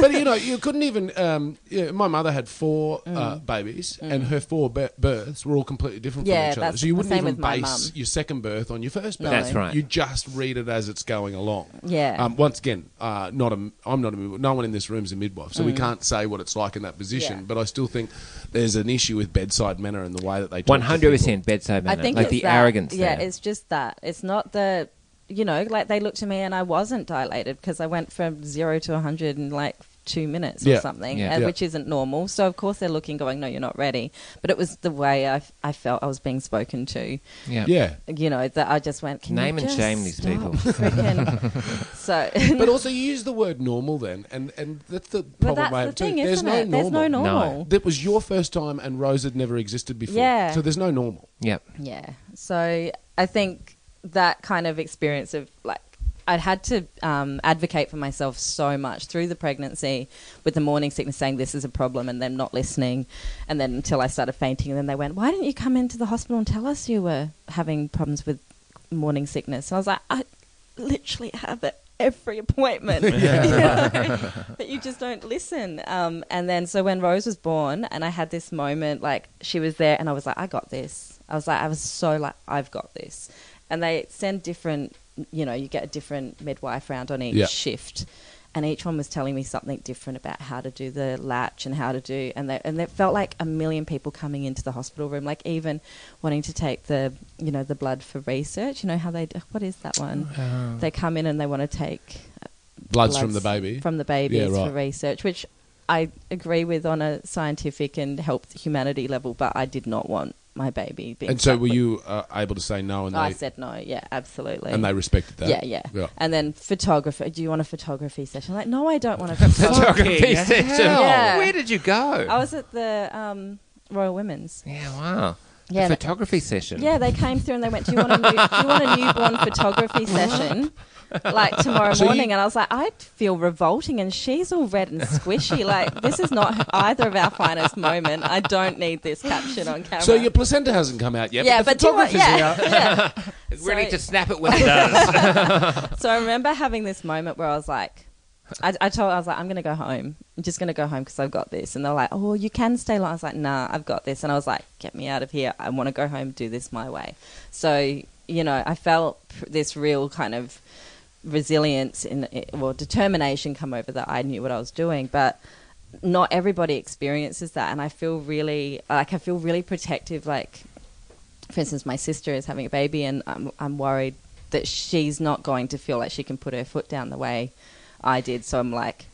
[SPEAKER 2] But you know, you couldn't even. Um, yeah, my mother had four uh,
[SPEAKER 1] Mm.
[SPEAKER 2] babies, and her four bir- births were all completely different
[SPEAKER 1] Yeah,
[SPEAKER 2] from each other.
[SPEAKER 1] that's
[SPEAKER 2] So you
[SPEAKER 1] the
[SPEAKER 2] wouldn't
[SPEAKER 1] same
[SPEAKER 2] even
[SPEAKER 1] with my
[SPEAKER 2] base
[SPEAKER 1] mum.
[SPEAKER 2] your second birth on your first
[SPEAKER 1] No.
[SPEAKER 2] birth.
[SPEAKER 1] That's
[SPEAKER 3] right.
[SPEAKER 2] You just read it as it's going along.
[SPEAKER 1] Yeah.
[SPEAKER 2] Um, once again, uh, not a. I'm not a. midwife. No one in this room is a midwife, so we can't say what it's like in that position.
[SPEAKER 1] Mm. Yeah.
[SPEAKER 2] But I still think there's an issue with bedside manner and the way that they talk
[SPEAKER 3] One
[SPEAKER 2] to
[SPEAKER 3] hundred
[SPEAKER 2] people.
[SPEAKER 3] percent bedside
[SPEAKER 1] I
[SPEAKER 3] manner,
[SPEAKER 1] think
[SPEAKER 3] like
[SPEAKER 1] it's
[SPEAKER 3] the
[SPEAKER 1] that.
[SPEAKER 3] arrogance.
[SPEAKER 1] Yeah,
[SPEAKER 3] there.
[SPEAKER 1] it's just that. It's not the you know, like they looked at me and I wasn't dilated because I went from zero to hundred in like two minutes or
[SPEAKER 2] Yeah.
[SPEAKER 1] something,
[SPEAKER 3] Yeah.
[SPEAKER 1] uh,
[SPEAKER 2] Yeah.
[SPEAKER 1] which isn't normal. So of course they're looking, going, "No, you're not ready." But it was the way I, f- I felt I was being spoken to.
[SPEAKER 3] yeah.
[SPEAKER 2] Yeah.
[SPEAKER 1] You know that I just went. Can you
[SPEAKER 3] Name and
[SPEAKER 1] just
[SPEAKER 3] shame these
[SPEAKER 1] stop
[SPEAKER 3] people."
[SPEAKER 1] freaking-" so,
[SPEAKER 2] But also, you use the word normal then, and, and that's the problem
[SPEAKER 1] but
[SPEAKER 2] I
[SPEAKER 1] that's
[SPEAKER 2] have
[SPEAKER 1] the thing,
[SPEAKER 2] too.
[SPEAKER 1] isn't
[SPEAKER 2] there's no
[SPEAKER 1] it?
[SPEAKER 2] normal.
[SPEAKER 1] There's no normal.
[SPEAKER 2] That was your first time, and Rose had never existed before.
[SPEAKER 1] Yeah.
[SPEAKER 2] So there's no normal.
[SPEAKER 3] Yep.
[SPEAKER 1] Yeah. So I think that kind of experience of like, I'd had to um, advocate for myself so much through the pregnancy with the morning sickness, saying this is a problem, and them not listening. And then until I started fainting, and then they went, Why didn't you come into the hospital and tell us you were having problems with morning sickness? And I was like, I literally have it every appointment. but you just don't listen. Um, and then so when Rose was born, and I had this moment, like she was there, and I was like, I got this. I was like, I was so like, I've got this. And they send different, you know, you get a different midwife round on each
[SPEAKER 2] Yeah.
[SPEAKER 1] shift. And each one was telling me something different about how to do the latch and how to do, and they, and it felt like a million people coming into the hospital room, like even wanting to take the, you know, the blood for research. You know how they, d- what is that one? They come in and they want to take
[SPEAKER 2] Blood's, from the
[SPEAKER 1] bloods
[SPEAKER 2] baby.
[SPEAKER 1] From the babies
[SPEAKER 2] Yeah, right.
[SPEAKER 1] for research, which I agree with on a scientific and help humanity level, but I did not want my baby being.
[SPEAKER 2] and so
[SPEAKER 1] stuck
[SPEAKER 2] were
[SPEAKER 1] with-
[SPEAKER 2] you uh, able to say no, and
[SPEAKER 1] I
[SPEAKER 2] they
[SPEAKER 1] said no. Yeah, absolutely.
[SPEAKER 2] and they respected that.
[SPEAKER 1] Oh, yeah, yeah, Uh,
[SPEAKER 2] yeah.
[SPEAKER 1] And then photographer, do you want a photography session? Like, no, I don't want a photography.
[SPEAKER 3] Photography
[SPEAKER 2] hell.
[SPEAKER 3] session.
[SPEAKER 1] Yeah.
[SPEAKER 3] Where did you go?
[SPEAKER 1] I was at the um, Royal Women's.
[SPEAKER 3] yeah. Wow.
[SPEAKER 1] Yeah,
[SPEAKER 3] the
[SPEAKER 1] that-
[SPEAKER 3] photography session.
[SPEAKER 1] Yeah, they came through and they went, "Do you want a, new, do you want a newborn photography session?" Like tomorrow
[SPEAKER 2] So you-
[SPEAKER 1] morning, and I was like, I feel revolting, and she's all red and squishy. Like this is not either of our finest moment. I don't need this caption on camera.
[SPEAKER 2] So your placenta hasn't come out yet.
[SPEAKER 1] yeah,
[SPEAKER 2] but,
[SPEAKER 1] but
[SPEAKER 2] the
[SPEAKER 1] do you want,
[SPEAKER 2] photographer's
[SPEAKER 1] yeah, yeah.
[SPEAKER 3] It's ready
[SPEAKER 1] So-
[SPEAKER 3] to snap it when it does.
[SPEAKER 1] So I remember having this moment where I was like, I, I told, I was like, I'm going to go home. I'm just going to go home because I've got this. And they're like, oh, you can stay long. I was like, nah, I've got this. And I was like, get me out of here. I want to go home, do this my way. So, you know, I felt pr- this real kind of resilience in, or determination come over that I knew what I was doing. But not everybody experiences that. And I feel really, like, I feel really protective, like, for instance, my sister is having a baby, and I'm, I'm worried that she's not going to feel like she can put her foot down the way I did. So I'm like,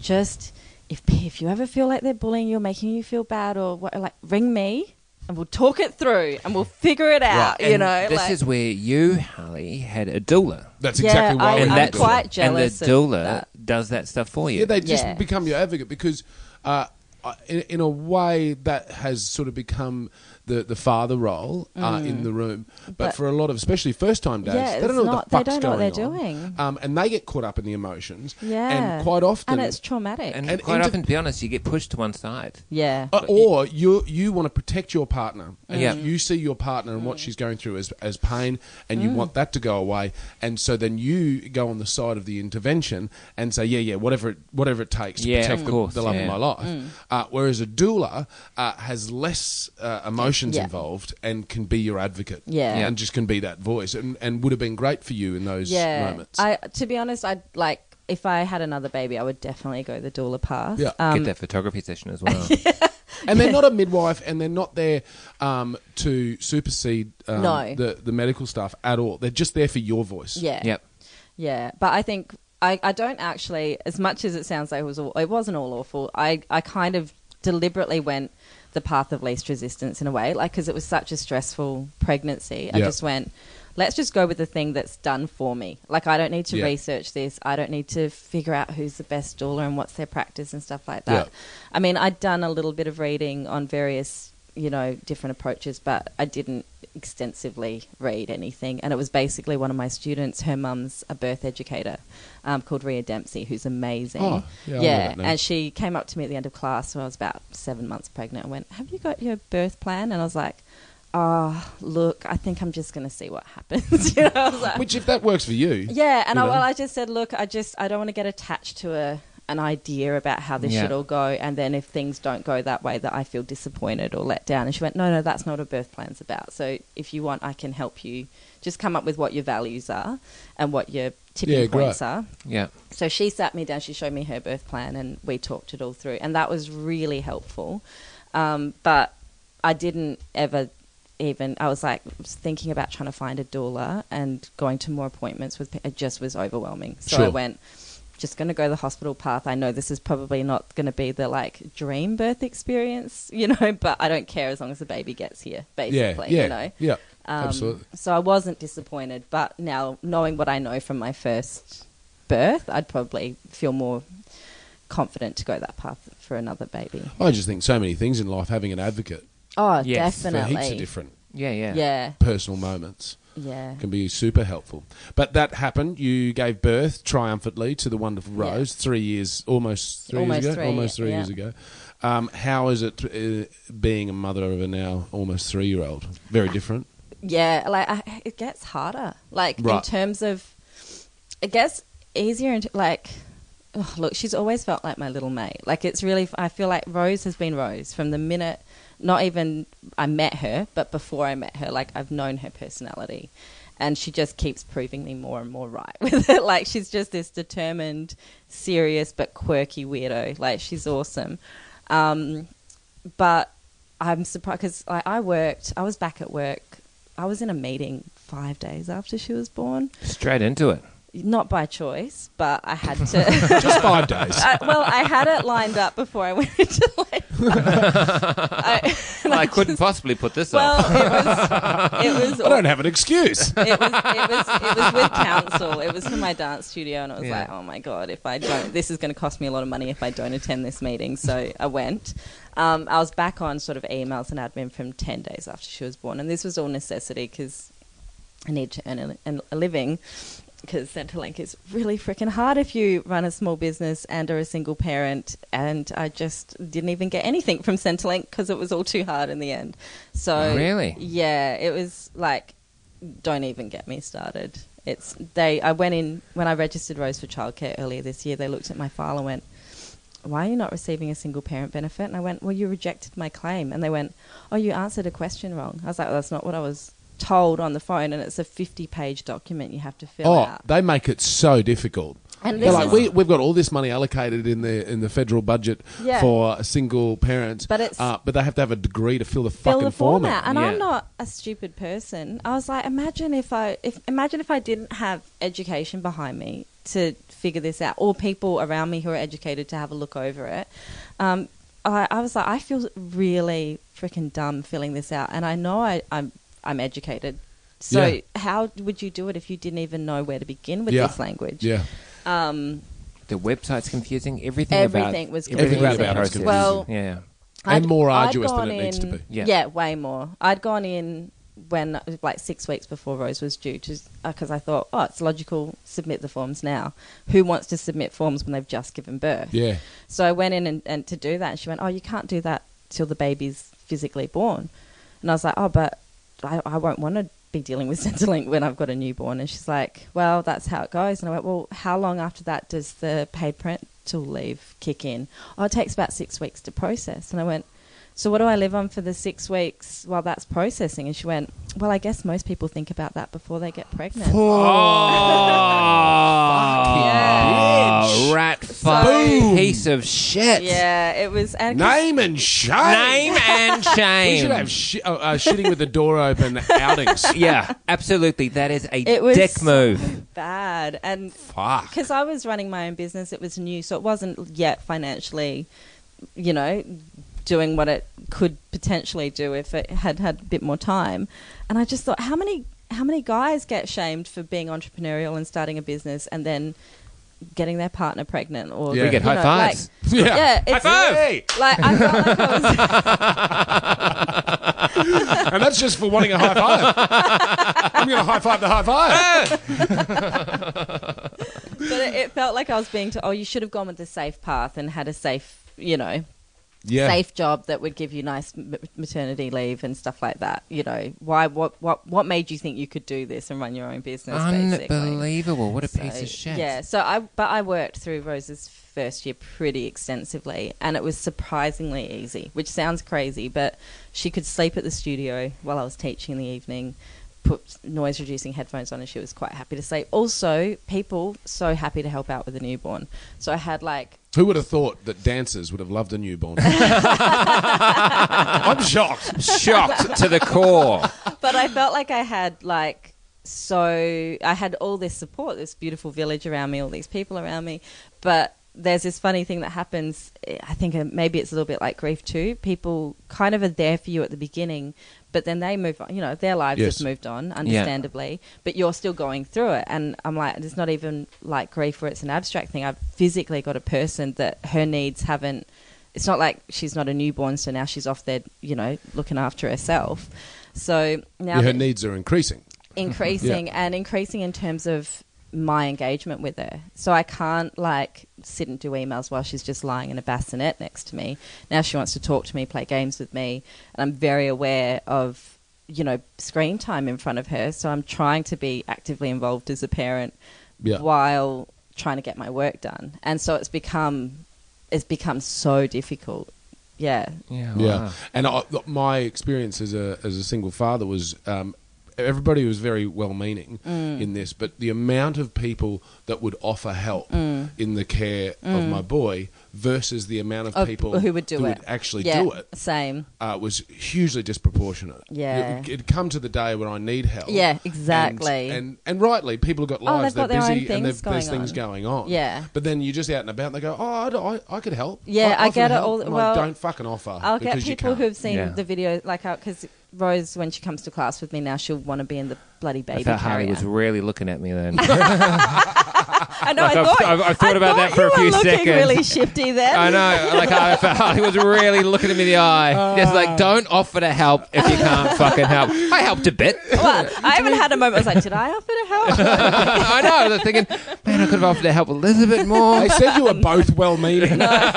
[SPEAKER 1] just if pe- if you ever feel like they're bullying you, or making you feel bad, or what, like, ring me and we'll talk it through and we'll figure it out.
[SPEAKER 3] Yeah,
[SPEAKER 1] You
[SPEAKER 3] and
[SPEAKER 1] know,
[SPEAKER 3] This
[SPEAKER 1] like,
[SPEAKER 3] is where you, Harley, had a doula.
[SPEAKER 2] That's
[SPEAKER 1] Yeah,
[SPEAKER 2] exactly why
[SPEAKER 1] I- Oh,
[SPEAKER 2] we
[SPEAKER 1] I'm
[SPEAKER 3] and
[SPEAKER 2] had
[SPEAKER 3] that's
[SPEAKER 2] to do
[SPEAKER 1] quite
[SPEAKER 2] it.
[SPEAKER 1] jealous
[SPEAKER 3] And
[SPEAKER 1] of
[SPEAKER 3] the doula
[SPEAKER 1] that.
[SPEAKER 3] does that stuff for you.
[SPEAKER 2] Yeah, they just
[SPEAKER 1] Yeah.
[SPEAKER 2] become your advocate because, uh, I- in, in a way, that has sort of become the, the father role uh, in the room. But,
[SPEAKER 1] Mm. But-
[SPEAKER 2] for a lot of, especially first time dads,
[SPEAKER 1] Yeah,
[SPEAKER 2] they don't
[SPEAKER 1] it's
[SPEAKER 2] know what
[SPEAKER 1] not-
[SPEAKER 2] the
[SPEAKER 1] they
[SPEAKER 2] fuck's
[SPEAKER 1] don't know
[SPEAKER 2] going
[SPEAKER 1] what they're
[SPEAKER 2] on.
[SPEAKER 1] doing.
[SPEAKER 2] Um, and they get caught up in the emotions.
[SPEAKER 1] yeah,
[SPEAKER 2] And quite often,
[SPEAKER 1] and it's traumatic.
[SPEAKER 3] and,
[SPEAKER 2] and
[SPEAKER 3] quite
[SPEAKER 2] inter-
[SPEAKER 3] often, to be honest, you get pushed to one side.
[SPEAKER 1] yeah,
[SPEAKER 2] Uh, or you you want to protect your partner, and
[SPEAKER 3] Yeah.
[SPEAKER 2] you see your partner and
[SPEAKER 1] Mm.
[SPEAKER 2] what she's going through as as pain, and you want that to go away, and so then you go on the side of the intervention and say, yeah, yeah, whatever it, whatever it takes to
[SPEAKER 3] Yeah,
[SPEAKER 2] protect
[SPEAKER 3] of
[SPEAKER 2] the,
[SPEAKER 3] course,
[SPEAKER 2] the love
[SPEAKER 3] yeah.
[SPEAKER 2] of my life.
[SPEAKER 1] Mm.
[SPEAKER 2] Uh, whereas a doula uh, has less uh, emotions
[SPEAKER 1] Yeah.
[SPEAKER 2] involved and can be your advocate,
[SPEAKER 1] Yeah. Yeah.
[SPEAKER 2] and just can be that voice, and and would have been great for you in those moments.
[SPEAKER 1] I to be honest, I'd like if I had another baby, I would definitely go the doula path. Um,
[SPEAKER 2] Yeah.
[SPEAKER 3] get that photography session as well.
[SPEAKER 2] and they're not a midwife, and they're not there um, to supersede um,
[SPEAKER 1] No.
[SPEAKER 2] the the medical staff at all. They're just there for your voice.
[SPEAKER 1] Yeah.
[SPEAKER 3] Yep.
[SPEAKER 1] Yeah, but I think I, I don't actually. As much as it sounds like it was, all, it wasn't all awful. I I kind of deliberately went the path of least resistance in a way, like because it was such a stressful pregnancy. I
[SPEAKER 2] Yeah.
[SPEAKER 1] just went. Let's just go with the thing that's done for me. Like I don't need to
[SPEAKER 2] Yeah.
[SPEAKER 1] research this. I don't need to figure out who's the best doula and what's their practice and stuff like that.
[SPEAKER 2] Yeah.
[SPEAKER 1] I mean, I'd done a little bit of reading on various, you know, different approaches, but I didn't extensively read anything. And it was basically one of my students, her mum's a birth educator um, called Rhea Dempsey, who's amazing.
[SPEAKER 2] Oh, yeah, I know that name.
[SPEAKER 1] and she came up to me at the end of class when I was about seven months pregnant and went, Have you got your birth plan? And I was like, Oh, look, I think I'm just going to see what happens. you know, I was like,
[SPEAKER 2] Which, if that works for you,
[SPEAKER 1] yeah, and
[SPEAKER 2] you
[SPEAKER 1] I,
[SPEAKER 2] know?
[SPEAKER 1] well, I just said, look, I just I don't want to get attached to a an idea about how this
[SPEAKER 4] Yeah.
[SPEAKER 1] should all go, and then if things don't go that way, that I feel disappointed or let down. And she went, "No, no, that's not what a birth plan's about. So if you want, I can help you. Just come up with what your values are and what your tipping
[SPEAKER 2] Yeah,
[SPEAKER 1] points
[SPEAKER 2] great.
[SPEAKER 1] are."
[SPEAKER 4] Yeah.
[SPEAKER 1] So she sat me down, she showed me her birth plan, and we talked it all through. And that was really helpful. Um, but I didn't ever even, I was like was thinking about trying to find a doula and going to more appointments with, pe- it just was overwhelming. So I
[SPEAKER 2] Sure.
[SPEAKER 1] went, just going to go the hospital path. I know this is probably not going to be the like dream birth experience, you know, but I don't care as long as the baby gets here,
[SPEAKER 2] Yeah,
[SPEAKER 1] basically,
[SPEAKER 2] yeah,
[SPEAKER 1] you know.
[SPEAKER 2] yeah,
[SPEAKER 1] Um,
[SPEAKER 2] absolutely.
[SPEAKER 1] So I wasn't disappointed, but now knowing what I know from my first birth, I'd probably feel more confident to go that path for another baby.
[SPEAKER 2] I just think so many things in life having an advocate
[SPEAKER 1] Oh,
[SPEAKER 4] Yes, for
[SPEAKER 2] for heaps
[SPEAKER 1] definitely.
[SPEAKER 2] of different
[SPEAKER 4] Yeah. Yeah.
[SPEAKER 1] yeah,
[SPEAKER 2] personal moments
[SPEAKER 1] yeah.
[SPEAKER 2] can be super helpful. But that happened. You gave birth triumphantly to the wonderful
[SPEAKER 1] Yeah.
[SPEAKER 2] Rose three years, almost three
[SPEAKER 1] Almost
[SPEAKER 2] years ago,
[SPEAKER 1] three,
[SPEAKER 2] almost three
[SPEAKER 1] yeah.
[SPEAKER 2] years ago. Um, how is it uh, being a mother of a now almost three year old? Very different.
[SPEAKER 1] Yeah, like I, it gets harder. Like in
[SPEAKER 2] Right.
[SPEAKER 1] terms of, it gets easier. And like, oh, look, she's always felt like my little mate. Like it's really, I feel like Rose has been Rose from the minute, not even I met her, but before I met her. Like I've known her personality, and she just keeps proving me more and more right with it. Like she's just this determined, serious but quirky weirdo. Like she's awesome. Um, but I'm surprised because I, I worked. I was back at work. I was in a meeting five days after she was born,
[SPEAKER 4] Straight into it.
[SPEAKER 1] not by choice, but I had to.
[SPEAKER 2] Just five days.
[SPEAKER 1] I, well, I had it lined up before I went into labor. I,
[SPEAKER 4] I couldn't possibly put this
[SPEAKER 1] well,
[SPEAKER 4] off.
[SPEAKER 1] it was. It was
[SPEAKER 2] I don't have an excuse.
[SPEAKER 1] it was, it was it was with council. It was for my dance studio, and I was
[SPEAKER 4] Yeah.
[SPEAKER 1] like, oh my god, if I don't, this is going to cost me a lot of money if I don't attend this meeting. So I went. Um, I was back on sort of emails and admin from ten days after she was born, and this was all necessity because I need to earn a, an- a living. Because Centrelink is really freaking hard if you run a small business and are a single parent, and I just didn't even get anything from Centrelink because it was all too hard in the end. So
[SPEAKER 4] Really?
[SPEAKER 1] yeah, it was like don't even get me started. It's they. I went in when I registered Rose for childcare earlier this year. They looked at my file and went, "Why are you not receiving a single parent benefit?" And I went, "Well, you rejected my claim." And they went, "Oh, you answered a question wrong." I was like, well, "That's not what I was told on the phone." And it's a fifty-page document you have to fill
[SPEAKER 2] Oh,
[SPEAKER 1] out.
[SPEAKER 2] they make it so difficult.
[SPEAKER 1] And
[SPEAKER 2] They're
[SPEAKER 1] this
[SPEAKER 2] like,
[SPEAKER 1] is-
[SPEAKER 2] we, we've got all this money allocated in the in the federal budget
[SPEAKER 1] Yeah.
[SPEAKER 2] for uh, single parents,
[SPEAKER 1] But it's-
[SPEAKER 2] uh, but they have to have a degree to fill the
[SPEAKER 1] fill
[SPEAKER 2] fucking
[SPEAKER 1] the form
[SPEAKER 2] in.
[SPEAKER 1] out. And
[SPEAKER 4] Yeah.
[SPEAKER 1] I'm not a stupid person. I was like, imagine if I if imagine if I didn't have education behind me to figure this out, or people around me who are educated to have a look over it. Um, I, I was like, I feel really freaking dumb filling this out, and I know I, I'm I'm educated. So
[SPEAKER 2] Yeah.
[SPEAKER 1] how would you do it if you didn't even know where to begin with
[SPEAKER 2] Yeah.
[SPEAKER 1] this language?
[SPEAKER 2] Yeah,
[SPEAKER 1] Um,
[SPEAKER 4] the website's confusing. Everything.
[SPEAKER 1] Everything
[SPEAKER 4] about,
[SPEAKER 1] was
[SPEAKER 4] everything
[SPEAKER 2] confusing.
[SPEAKER 4] about process.
[SPEAKER 2] Everything
[SPEAKER 1] about it was
[SPEAKER 4] yeah.
[SPEAKER 2] and
[SPEAKER 1] I'd-
[SPEAKER 2] more
[SPEAKER 1] I'd
[SPEAKER 2] arduous than
[SPEAKER 1] gone
[SPEAKER 2] it needs to
[SPEAKER 1] in-
[SPEAKER 2] be.
[SPEAKER 4] Yeah.
[SPEAKER 1] way more. I'd gone in when like six weeks before Rose was due, because I thought, oh, it's logical. Submit the forms now. Who wants to submit forms when they've just given birth?
[SPEAKER 2] Yeah,
[SPEAKER 1] So I went in and, and to do that, and she went, "Oh, you can't do that till the baby's physically born." And I was like, "Oh, but I, I won't want to be dealing with Centrelink when I've got a newborn." And she's like, "Well, that's how it goes." And I went, "Well, how long after that does the paid parental leave kick in?" Oh, it takes about six weeks to process. And I went. So what do I live on for the six weeks while that's processing? And she went, well, I guess most people think about that before they get pregnant.
[SPEAKER 4] Oh,
[SPEAKER 1] Fucking
[SPEAKER 4] rat fuck
[SPEAKER 2] Boom.
[SPEAKER 4] piece of shit.
[SPEAKER 1] Yeah, it was. And 'cause-
[SPEAKER 2] name and shame.
[SPEAKER 4] Name and shame.
[SPEAKER 2] We should have shi- uh, uh, shitting with the door open outings.
[SPEAKER 4] yeah, absolutely. That is a
[SPEAKER 1] It was-
[SPEAKER 4] dick move.
[SPEAKER 1] bad. And
[SPEAKER 2] Fuck.
[SPEAKER 1] because I was running my own business, it was new, so it wasn't yet financially, you know, doing what it could potentially do if it had had a bit more time. And I just thought, how many how many guys get shamed for being entrepreneurial and starting a business, and then getting their partner pregnant or
[SPEAKER 2] We get
[SPEAKER 1] you
[SPEAKER 4] high
[SPEAKER 1] know,
[SPEAKER 4] fives.
[SPEAKER 1] Like, yeah, it's,
[SPEAKER 2] Hey!
[SPEAKER 1] Like I felt like I was
[SPEAKER 2] and that's just for wanting a high five. I'm going to high five the high five.
[SPEAKER 1] but it, it felt like I was being told, oh, you should have gone with the safe path and had a safe, you know,
[SPEAKER 2] Yeah.
[SPEAKER 1] safe job that would give you nice m- maternity leave and stuff like that. You know, why? What? What? What made you think you could do this and run your own business? Basically.
[SPEAKER 4] Unbelievable. What a piece
[SPEAKER 1] So,
[SPEAKER 4] of shit.
[SPEAKER 1] Yeah, so I but I worked through Rose's first year pretty extensively and it was surprisingly easy, which sounds crazy, but she could sleep at the studio while I was teaching in the evening, put noise reducing headphones on and she was quite happy to sleep. Also, people so happy to help out with the newborn. So I had like
[SPEAKER 2] Who would have thought that dancers would have loved a newborn? I'm shocked.
[SPEAKER 4] Shocked to the core.
[SPEAKER 1] but I felt like I had like so I had all this support, this beautiful village around me, all these people around me, but there's this funny thing that happens. I think uh, maybe it's a little bit like grief too. People kind of are there for you at the beginning, but then they move on. You know, their lives
[SPEAKER 2] Yes.
[SPEAKER 1] have moved on, understandably, but you're still going through it. And I'm like, it's not even like grief where it's an abstract thing. I've physically got a person that her needs haven't it's not like she's not a newborn, so now she's off there, you know, looking after herself. So now
[SPEAKER 2] Yeah, her
[SPEAKER 1] that-
[SPEAKER 2] needs are increasing.
[SPEAKER 1] increasing and increasing in terms of my engagement with her. So I can't like sit and do emails while she's just lying in a bassinet next to me. Now she wants to talk to me, play games with me, and I'm very aware of you know screen time in front of her. So I'm trying to be actively involved as a parent
[SPEAKER 2] Yeah.
[SPEAKER 1] while trying to get my work done. And so it's become it's become so difficult. Yeah.
[SPEAKER 4] Yeah.
[SPEAKER 2] Yeah,
[SPEAKER 4] wow.
[SPEAKER 2] and I, look, my experience as a as a single father was um, everybody was very well meaning
[SPEAKER 1] Mm.
[SPEAKER 2] in this, but the amount of people that would offer help
[SPEAKER 1] Mm.
[SPEAKER 2] in the care of my boy versus the amount of,
[SPEAKER 1] Of
[SPEAKER 2] people
[SPEAKER 1] who would do
[SPEAKER 2] who
[SPEAKER 1] it.
[SPEAKER 2] would actually
[SPEAKER 1] yeah.
[SPEAKER 2] do it
[SPEAKER 1] Same.
[SPEAKER 2] uh, was hugely disproportionate.
[SPEAKER 1] Yeah.
[SPEAKER 2] it, would come to the day when I need help.
[SPEAKER 1] Yeah,
[SPEAKER 2] and-
[SPEAKER 1] exactly. Oh,
[SPEAKER 2] And and, rightly, people have got lives.
[SPEAKER 1] they've got
[SPEAKER 2] are
[SPEAKER 1] their own
[SPEAKER 2] busy and
[SPEAKER 1] things
[SPEAKER 2] they've, there's
[SPEAKER 1] going
[SPEAKER 2] things
[SPEAKER 1] on.
[SPEAKER 2] going on.
[SPEAKER 1] Yeah.
[SPEAKER 2] but then you're just out and about. and They go, oh, I, d- I- I could help.
[SPEAKER 1] Yeah, I
[SPEAKER 2] offer
[SPEAKER 1] get it
[SPEAKER 2] help."
[SPEAKER 1] all-
[SPEAKER 2] I'm like,
[SPEAKER 1] well,
[SPEAKER 2] don't fucking offer.
[SPEAKER 1] I'll get
[SPEAKER 2] because you
[SPEAKER 1] people
[SPEAKER 2] can't."
[SPEAKER 1] who've seen
[SPEAKER 4] Yeah.
[SPEAKER 1] the video, like, because Rose, when she comes to class with me now, she'll want to be in the bloody
[SPEAKER 4] I
[SPEAKER 1] baby
[SPEAKER 4] thought Harley
[SPEAKER 1] carrier.
[SPEAKER 4] was really looking at me then.
[SPEAKER 1] I know. I
[SPEAKER 4] I've-
[SPEAKER 1] thought.
[SPEAKER 4] I've- I've thought
[SPEAKER 1] I
[SPEAKER 4] about that for
[SPEAKER 1] you
[SPEAKER 4] a few
[SPEAKER 1] were looking
[SPEAKER 4] seconds.
[SPEAKER 1] really shifty there.
[SPEAKER 4] I know. Like I felt Harley was really looking at me in the eye. Just like, don't offer to help if you can't fucking help. I helped a bit.
[SPEAKER 1] Well, I haven't had a moment. I was like, did I offer to help?
[SPEAKER 4] I know. I was thinking, man, I could have offered to help a little bit more.
[SPEAKER 2] They said you were both well-meaning. no,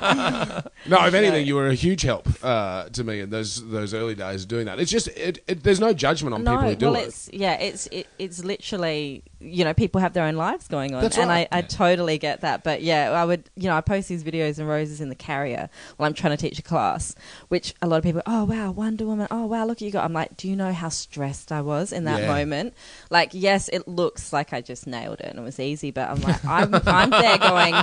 [SPEAKER 2] if anything, you were a huge help uh, to me in those those early days of doing that. It's just it, it, there's no judgment on people who do
[SPEAKER 1] well,
[SPEAKER 2] it.
[SPEAKER 1] it's yeah, it's it, it's literally you know people have their own lives going on,
[SPEAKER 2] That's
[SPEAKER 1] and
[SPEAKER 2] right.
[SPEAKER 1] I, I totally get that. But yeah, I would you know I post these videos and roses in the carrier while I'm trying to teach a class, which a lot of people oh wow Wonder Woman oh wow look at you go I'm like do you know how stressed I was in that
[SPEAKER 2] Yeah.
[SPEAKER 1] moment? Like yes, it looks like I just nailed it and it was easy, but I'm like I'm I'm there going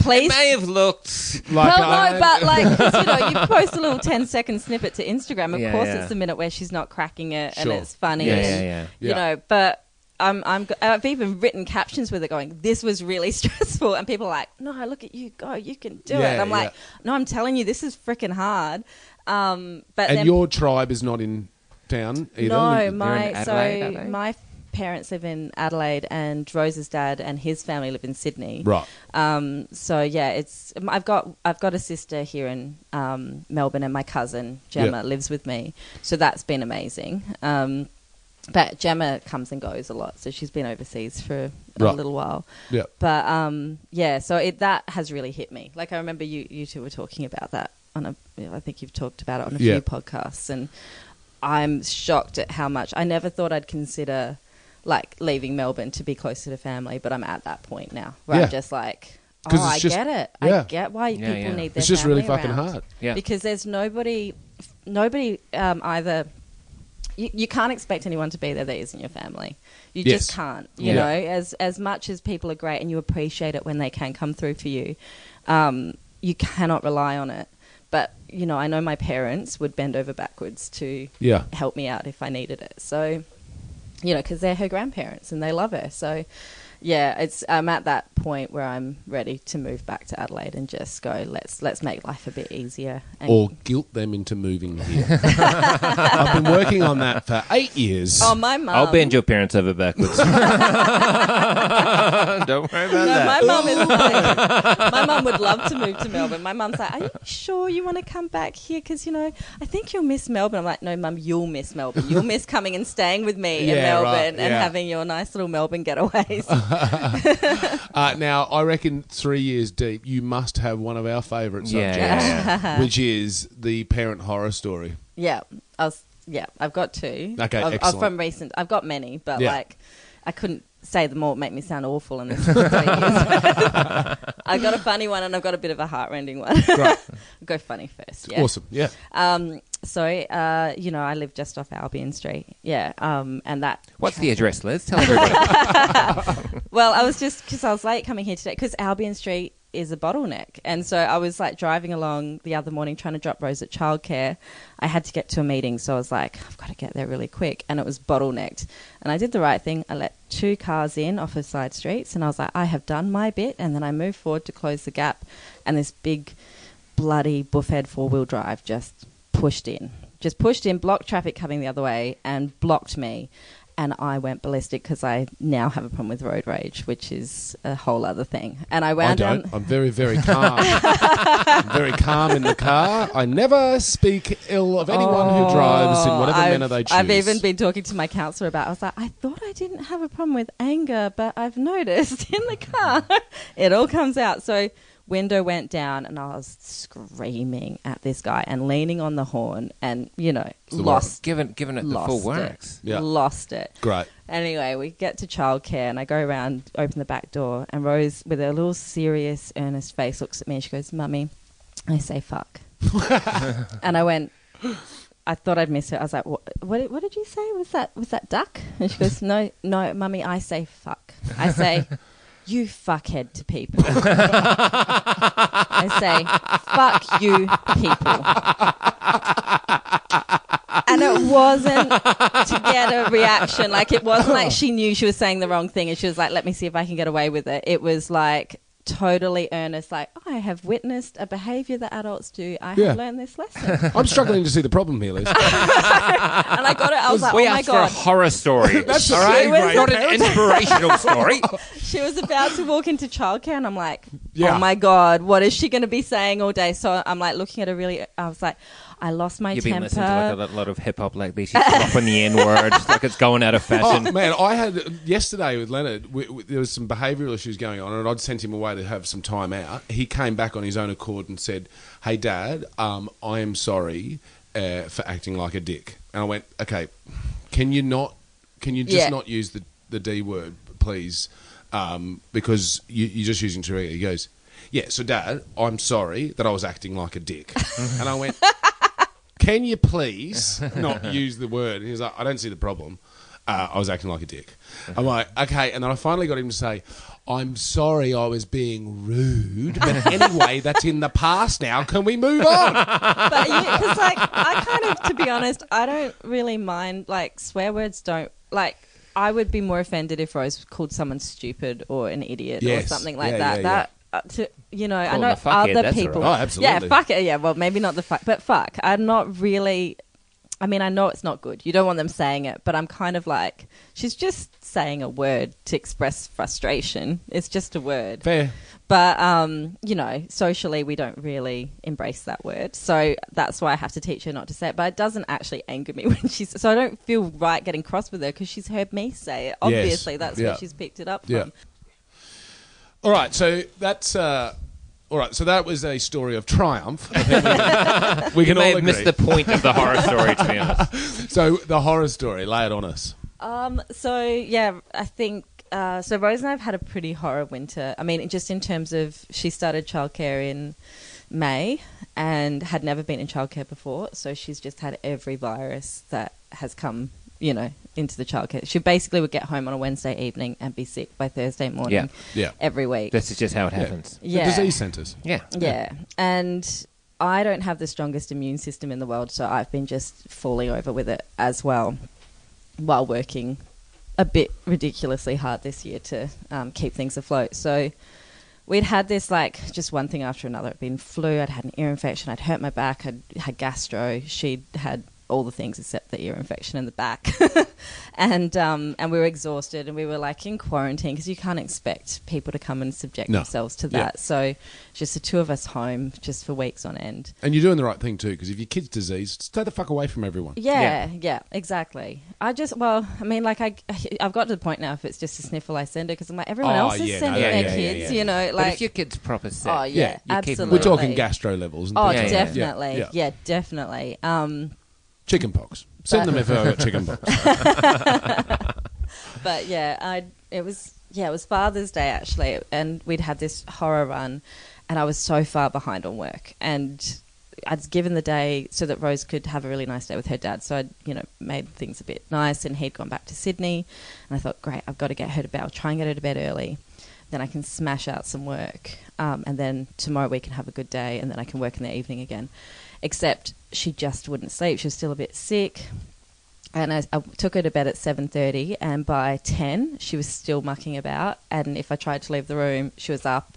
[SPEAKER 1] please
[SPEAKER 4] May have looked.
[SPEAKER 2] Like,
[SPEAKER 1] well,
[SPEAKER 2] I-
[SPEAKER 4] uh,
[SPEAKER 1] no, but like 'cause, you know, you post a little 10 second snippet to Instagram. Of
[SPEAKER 4] Yeah,
[SPEAKER 1] course,
[SPEAKER 4] yeah.
[SPEAKER 1] it's the minute where she's not cracking it and
[SPEAKER 2] Sure.
[SPEAKER 1] it's funny.
[SPEAKER 4] Yeah,
[SPEAKER 1] and,
[SPEAKER 4] yeah, yeah.
[SPEAKER 1] You
[SPEAKER 2] Yeah.
[SPEAKER 1] know, but I'm, I'm, go- I've even written captions with it going, "This was really stressful," and people are like, "No, look at you go, you can do it."
[SPEAKER 2] Yeah,
[SPEAKER 1] And I'm like,
[SPEAKER 2] yeah.
[SPEAKER 1] "No, I'm telling you, this is freaking hard." Um, but
[SPEAKER 2] and
[SPEAKER 1] then
[SPEAKER 2] your tribe is not in town either.
[SPEAKER 1] no,
[SPEAKER 2] They're-
[SPEAKER 1] my
[SPEAKER 4] in Adelaide, are
[SPEAKER 1] so
[SPEAKER 4] they?
[SPEAKER 1] my parents live in Adelaide, and Rose's dad and his family live in Sydney.
[SPEAKER 2] right.
[SPEAKER 1] Um, so yeah, it's um, I've got I've got a sister here in um, Melbourne, and my cousin Gemma
[SPEAKER 2] Yeah.
[SPEAKER 1] lives with me. So that's been amazing. Um, but Gemma comes and goes a lot, so she's been overseas for a
[SPEAKER 2] Right.
[SPEAKER 1] little while.
[SPEAKER 2] Yeah.
[SPEAKER 1] But um, yeah, so it, that has really hit me. Like I remember you you two were talking about that on a. you know, I think you've talked about it on a
[SPEAKER 2] Yeah.
[SPEAKER 1] few podcasts, and I'm shocked at how much I never thought I'd consider like leaving Melbourne to be closer to family, but I'm at that point now where
[SPEAKER 2] Yeah.
[SPEAKER 1] I'm just like,
[SPEAKER 2] 'Cause
[SPEAKER 1] oh,
[SPEAKER 2] it's
[SPEAKER 1] I
[SPEAKER 2] just-
[SPEAKER 1] get it.
[SPEAKER 2] yeah.
[SPEAKER 1] I get why
[SPEAKER 4] Yeah,
[SPEAKER 1] people
[SPEAKER 4] yeah.
[SPEAKER 1] need their
[SPEAKER 2] It's just really
[SPEAKER 1] family
[SPEAKER 2] fucking
[SPEAKER 1] around.
[SPEAKER 2] hard.
[SPEAKER 4] Yeah.
[SPEAKER 1] because there's nobody, nobody um, either. You, you can't expect anyone to be there that isn't your family. You
[SPEAKER 2] Yes.
[SPEAKER 1] just can't. You
[SPEAKER 2] Yeah.
[SPEAKER 1] know, as as much as people are great and you appreciate it when they can come through for you, um, you cannot rely on it. But you know, I know my parents would bend over backwards to
[SPEAKER 2] Yeah.
[SPEAKER 1] help me out if I needed it. So, you know, because they're her grandparents and they love her. So, yeah, it's I'm at that point where I'm ready to move back to Adelaide and just go. Let's let's make life a bit easier. And,
[SPEAKER 2] Or guilt them into moving here. I've been working on that for eight years.
[SPEAKER 1] oh, my mum.
[SPEAKER 4] I'll bend your parents over backwards. Don't worry about
[SPEAKER 1] No,
[SPEAKER 4] that.
[SPEAKER 1] my mum is like, my mum would love to move to Melbourne. My mum's like, are you sure you want to come back here? Because you know, I think you'll miss Melbourne. I'm like, no, mum, you'll miss Melbourne. You'll miss coming and staying with me in
[SPEAKER 2] Yeah, right,
[SPEAKER 1] Melbourne and
[SPEAKER 2] yeah.
[SPEAKER 1] having your nice little Melbourne getaways.
[SPEAKER 2] Uh, now, I reckon three years deep, you must have one of our favourite subjects,
[SPEAKER 4] Yeah.
[SPEAKER 2] which is the parent horror story.
[SPEAKER 1] Yeah, I was. Yeah, I've got two.
[SPEAKER 2] Okay,
[SPEAKER 1] I've, I've
[SPEAKER 2] excellent.
[SPEAKER 1] from recent. I've got many, but
[SPEAKER 2] Yeah.
[SPEAKER 1] like, I couldn't say them all. It'd Make me sound awful. And I got a funny one, and I've got a bit of a heartrending one.
[SPEAKER 2] Right.
[SPEAKER 1] Go funny first. Yeah.
[SPEAKER 2] Awesome. Yeah.
[SPEAKER 1] Um, so, uh, you know, I live just off Albion Street. Yeah. Um, and that.
[SPEAKER 4] What's the address, Liz? Tell everybody.
[SPEAKER 1] Well, I was just because I was late coming here today because Albion Street is a bottleneck, and so I was like driving along the other morning trying to drop Rose at childcare. I had to get to a meeting, so I was like, I've got to get there really quick, and it was bottlenecked. And I did the right thing. I let two cars in off of side streets, and I was like, I have done my bit. And then I moved forward to close the gap, and this big bloody buffhead four wheel drive just pushed in. Just pushed in, blocked traffic coming the other way, and blocked me. And I went ballistic because I now have a problem with road rage, which is a whole other thing. And I
[SPEAKER 2] I
[SPEAKER 1] wound
[SPEAKER 2] don't.
[SPEAKER 1] up.
[SPEAKER 2] I'm very, very calm. I'm very calm in the car. I never speak ill of anyone who drives in whatever
[SPEAKER 1] Oh, I've-
[SPEAKER 2] manner they choose.
[SPEAKER 1] I've even been talking to my counselor about. I was like, I thought I didn't have a problem with anger, but I've noticed in the car it all comes out. So window went down, and I was screaming at this guy and leaning on the horn, and you know,
[SPEAKER 2] the word.
[SPEAKER 1] lost
[SPEAKER 4] given, given it the
[SPEAKER 1] lost
[SPEAKER 4] full
[SPEAKER 1] it.
[SPEAKER 4] works.
[SPEAKER 2] Yeah.
[SPEAKER 1] Lost it.
[SPEAKER 2] Great.
[SPEAKER 1] Anyway, we get to childcare and I go around, open the back door, and Rose, with her little serious, earnest face, looks at me and she goes, Mummy, I say fuck. and I went, I thought I'd miss her. I was like, what, what, did- what did you say? Was that, was that duck? And she goes, No, no, Mummy, I say fuck. I say, You fuckhead to people. I say, Fuck you people. And it wasn't to get a reaction. Like it wasn't like she knew she was saying the wrong thing and she was like, let me see if I can get away with it. It was like totally earnest, like, I have witnessed a behavior that adults do. I
[SPEAKER 2] Yeah.
[SPEAKER 1] have learned this lesson.
[SPEAKER 2] I'm struggling to see the problem here, Liz.
[SPEAKER 1] and I got it. I was like,
[SPEAKER 4] we
[SPEAKER 1] oh my
[SPEAKER 4] asked for a
[SPEAKER 1] God.
[SPEAKER 4] horror story.
[SPEAKER 2] That's
[SPEAKER 4] all
[SPEAKER 2] a
[SPEAKER 4] right,
[SPEAKER 1] great
[SPEAKER 4] not an inspirational story.
[SPEAKER 1] She was about to walk into childcare and I'm like,
[SPEAKER 2] Yeah.
[SPEAKER 1] oh my God, what is she going to be saying all day? So I'm like looking at her really, I was like, I lost my
[SPEAKER 4] You've been
[SPEAKER 1] temper.
[SPEAKER 4] listening to like a lot- lot of hip hop lately. She's dropping the N word, like it's going out of
[SPEAKER 2] Oh
[SPEAKER 4] fashion.
[SPEAKER 2] man, I had yesterday with Leonard. We, we, there was some behavioural issues going on, and I'd sent him away to have some time out. He came back on his own accord and said, "Hey, Dad, um, I am sorry uh, for acting like a dick." And I went, "Okay, can you not? Can you just
[SPEAKER 1] Yeah.
[SPEAKER 2] not use the the D word, please? Um, because you, you're just using too regular." He goes, "Yeah, so Dad, I'm sorry that I was acting like a dick," and I went can you please not use the word? And he's like, I don't see the problem. Uh, I was acting like a dick. I'm like, okay. And then I finally got him to say, I'm sorry I was being rude. But anyway, that's in the past now. Can we move on?
[SPEAKER 1] but because like I kind of, to be honest, I don't really mind. Like swear words don't like. I would be more offended if Rose called someone stupid or an idiot
[SPEAKER 2] Yes.
[SPEAKER 1] or something like
[SPEAKER 2] Yeah,
[SPEAKER 1] that.
[SPEAKER 2] yeah,
[SPEAKER 1] that uh, to you know, I
[SPEAKER 4] Call
[SPEAKER 1] know
[SPEAKER 4] them a fuckhead,
[SPEAKER 1] other
[SPEAKER 4] that's all
[SPEAKER 1] people.
[SPEAKER 2] right. Oh, absolutely.
[SPEAKER 1] Yeah, fuck it. Yeah, well, maybe not the fuck, but fuck. I'm not really. I mean, I know it's not good. You don't want them saying it, but I'm kind of like, she's just saying a word to express frustration. It's just a word
[SPEAKER 2] Fair.
[SPEAKER 1] but um, you know, socially we don't really embrace that word, so that's why I have to teach her not to say it. But it doesn't actually anger me when she's so I don't feel right getting cross with her because she's heard me say it. Obviously, that's
[SPEAKER 2] Yeah.
[SPEAKER 1] where she's picked it up from.
[SPEAKER 2] Yeah. All right. So that's. Uh, all right, so that was a story of triumph. I think we, we
[SPEAKER 4] You
[SPEAKER 2] can
[SPEAKER 4] may
[SPEAKER 2] all
[SPEAKER 4] have missed
[SPEAKER 2] agree.
[SPEAKER 4] the point of the horror story, to be honest.
[SPEAKER 2] so the horror story, lay it on us.
[SPEAKER 1] Um, so yeah, I think uh, so. Rose and I've had a pretty horror winter. I mean, just in terms of she started childcare in May and had never been in childcare before, so she's just had every virus that has come, you know, into the childcare. She basically would get home on a Wednesday evening and be sick by Thursday morning.
[SPEAKER 2] Yeah.
[SPEAKER 1] every week.
[SPEAKER 4] This is just how it happens.
[SPEAKER 2] The
[SPEAKER 1] yeah.
[SPEAKER 2] disease centres.
[SPEAKER 4] Yeah.
[SPEAKER 1] Yeah. And I don't have the strongest immune system in the world, so I've been just falling over with it as well while working a bit ridiculously hard this year to um, keep things afloat. So we'd had this like just one thing after another. It'd been flu, I'd had an ear infection, I'd hurt my back, I'd had gastro, she'd had all the things except the ear infection in the back, and um, and we were exhausted and we were like in quarantine because you can't expect people to come and subject
[SPEAKER 2] No.
[SPEAKER 1] themselves to
[SPEAKER 2] Yeah.
[SPEAKER 1] that. So just the two of us home just for weeks on end.
[SPEAKER 2] And you're doing the right thing too, because if your kid's diseased, stay the fuck away from everyone.
[SPEAKER 1] Yeah, yeah, exactly. I just, well, I mean, like, I, I've got to the point now. If it's just a sniffle, I send it because I'm like, everyone
[SPEAKER 2] Oh,
[SPEAKER 1] else is
[SPEAKER 2] yeah, no,
[SPEAKER 1] sending
[SPEAKER 4] yeah,
[SPEAKER 1] their
[SPEAKER 4] yeah, yeah,
[SPEAKER 1] kids,
[SPEAKER 4] yeah.
[SPEAKER 1] you know,
[SPEAKER 4] but if
[SPEAKER 1] like,
[SPEAKER 4] your kid's proper sick,
[SPEAKER 1] oh
[SPEAKER 2] Yeah,
[SPEAKER 4] you
[SPEAKER 1] yeah,
[SPEAKER 4] keep them
[SPEAKER 1] absolutely.
[SPEAKER 2] We're talking
[SPEAKER 1] gas.
[SPEAKER 2] gastro levels. And
[SPEAKER 1] Oh,
[SPEAKER 2] things like that. Yeah,
[SPEAKER 1] definitely, yeah,
[SPEAKER 2] yeah.
[SPEAKER 1] definitely. Um,
[SPEAKER 2] Chicken pox. Send them if they've got chicken pox.
[SPEAKER 1] but yeah, I it was yeah it was Father's Day actually, and we'd had this horror run, and I was so far behind on work, and I'd given the day so that Rose could have a really nice day with her dad. So I'd you know made things a bit nice, and he'd gone back to Sydney, and I thought, great, I've got to get her to bed. I'll try and get her to bed early. Then I can smash out some work, um, and then tomorrow we can have a good day, and then I can work in the evening again. Except she just wouldn't sleep; she was still a bit sick and I, I took her to bed at 7.30 and by 10 she was still mucking about and if i tried to leave the room she was up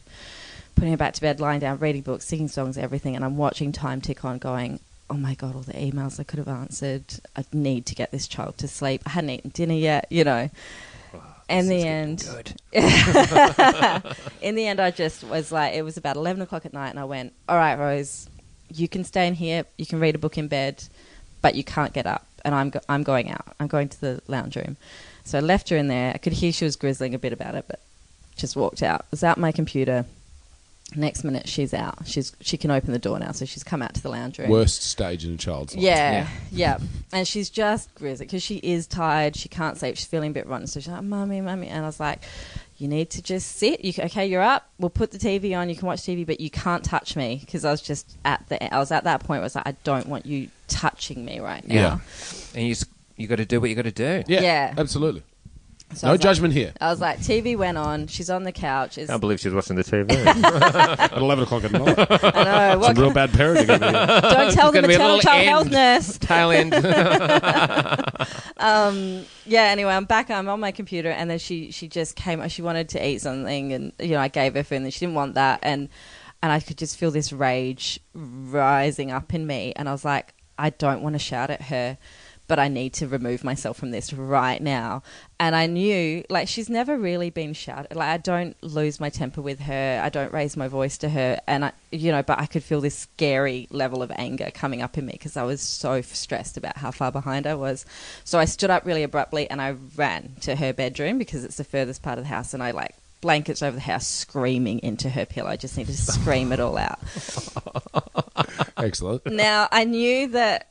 [SPEAKER 1] putting her back to bed lying down reading books singing songs everything and i'm watching time tick on going oh my god all the emails i could have answered i need to get this child to sleep i hadn't eaten dinner yet you know in the end in the end i just was like it was about 11 o'clock at night and i went all right rose you can stay in here you can read a book in bed but you can't get up and i'm, go- I'm going out i'm going to the lounge room so i left her in there i could hear she was grizzling a bit about it but just walked out was out my computer next minute she's out she's she can open the door now so she's come out to the lounge room
[SPEAKER 2] Worst stage in a child's life.
[SPEAKER 4] Yeah.
[SPEAKER 1] yeah, yeah, And she's just grizzled because she is tired. She can't sleep. She's feeling a bit rotten. So she's like, "Mummy, mummy," and I was like, "You need to just sit. You can, okay? You're up. We'll put the TV on. You can watch TV, but you can't touch me because I was just at the. I was at that point. Where I was like, I don't want you touching me right now.
[SPEAKER 2] Yeah.
[SPEAKER 4] and you s- you got to do what you got to do.
[SPEAKER 2] Yeah.
[SPEAKER 1] Yeah.
[SPEAKER 2] Absolutely.
[SPEAKER 1] So I
[SPEAKER 2] no
[SPEAKER 1] was like-
[SPEAKER 2] judgment here.
[SPEAKER 1] I was like, TV went on. She's on the couch. It's,
[SPEAKER 5] I can't believe she's watching the TV.
[SPEAKER 2] At 11 o'clock at night.
[SPEAKER 1] I know. What,
[SPEAKER 5] Real bad parenting. over here.
[SPEAKER 1] don't tell the
[SPEAKER 4] gonna be a
[SPEAKER 1] maternal
[SPEAKER 4] little
[SPEAKER 1] child
[SPEAKER 4] end.
[SPEAKER 1] health nurse.
[SPEAKER 4] Tail end.
[SPEAKER 1] yeah anyway i'm back i'm on my computer and then she she just came she wanted to eat something and you know i gave her food and she didn't want that and and i could just feel this rage rising up in me and i was like i don't want to shout at her but i need to remove myself from this right now and i knew like she's never really been shouted like i don't lose my temper with her i don't raise my voice to her and i you know but i could feel this scary level of anger coming up in me because i was so f- stressed about how far behind i was so I stood up really abruptly and I ran to her bedroom because it's the furthest part of the house and I like blankets over the house screaming into her pillow. I just need to scream it all out.
[SPEAKER 2] Excellent.
[SPEAKER 1] Now I knew that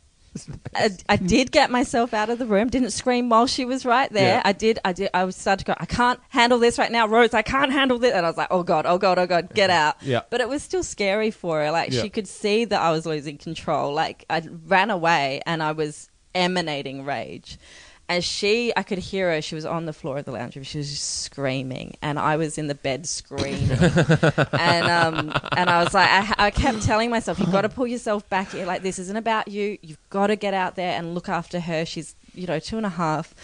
[SPEAKER 1] I, I did get myself out of the room. Didn't scream while she was right there.
[SPEAKER 2] Yeah.
[SPEAKER 1] I did. I did. I was started to go. I can't handle this right now, Rose. I can't handle this. And I was like, oh god, oh god, oh god, get out.
[SPEAKER 2] Yeah.
[SPEAKER 1] But it was still scary for her. Like
[SPEAKER 2] Yeah.
[SPEAKER 1] she could see that I was losing control. Like I ran away and I was emanating rage. And she, I could hear her. She was on the floor of the lounge room. She was just screaming, and I was in the bed screaming and um, and I was like, I, I kept telling myself, you've got to pull yourself back. here. Like this isn't about you. You've got to get out there and look after her. She's you know two and a half.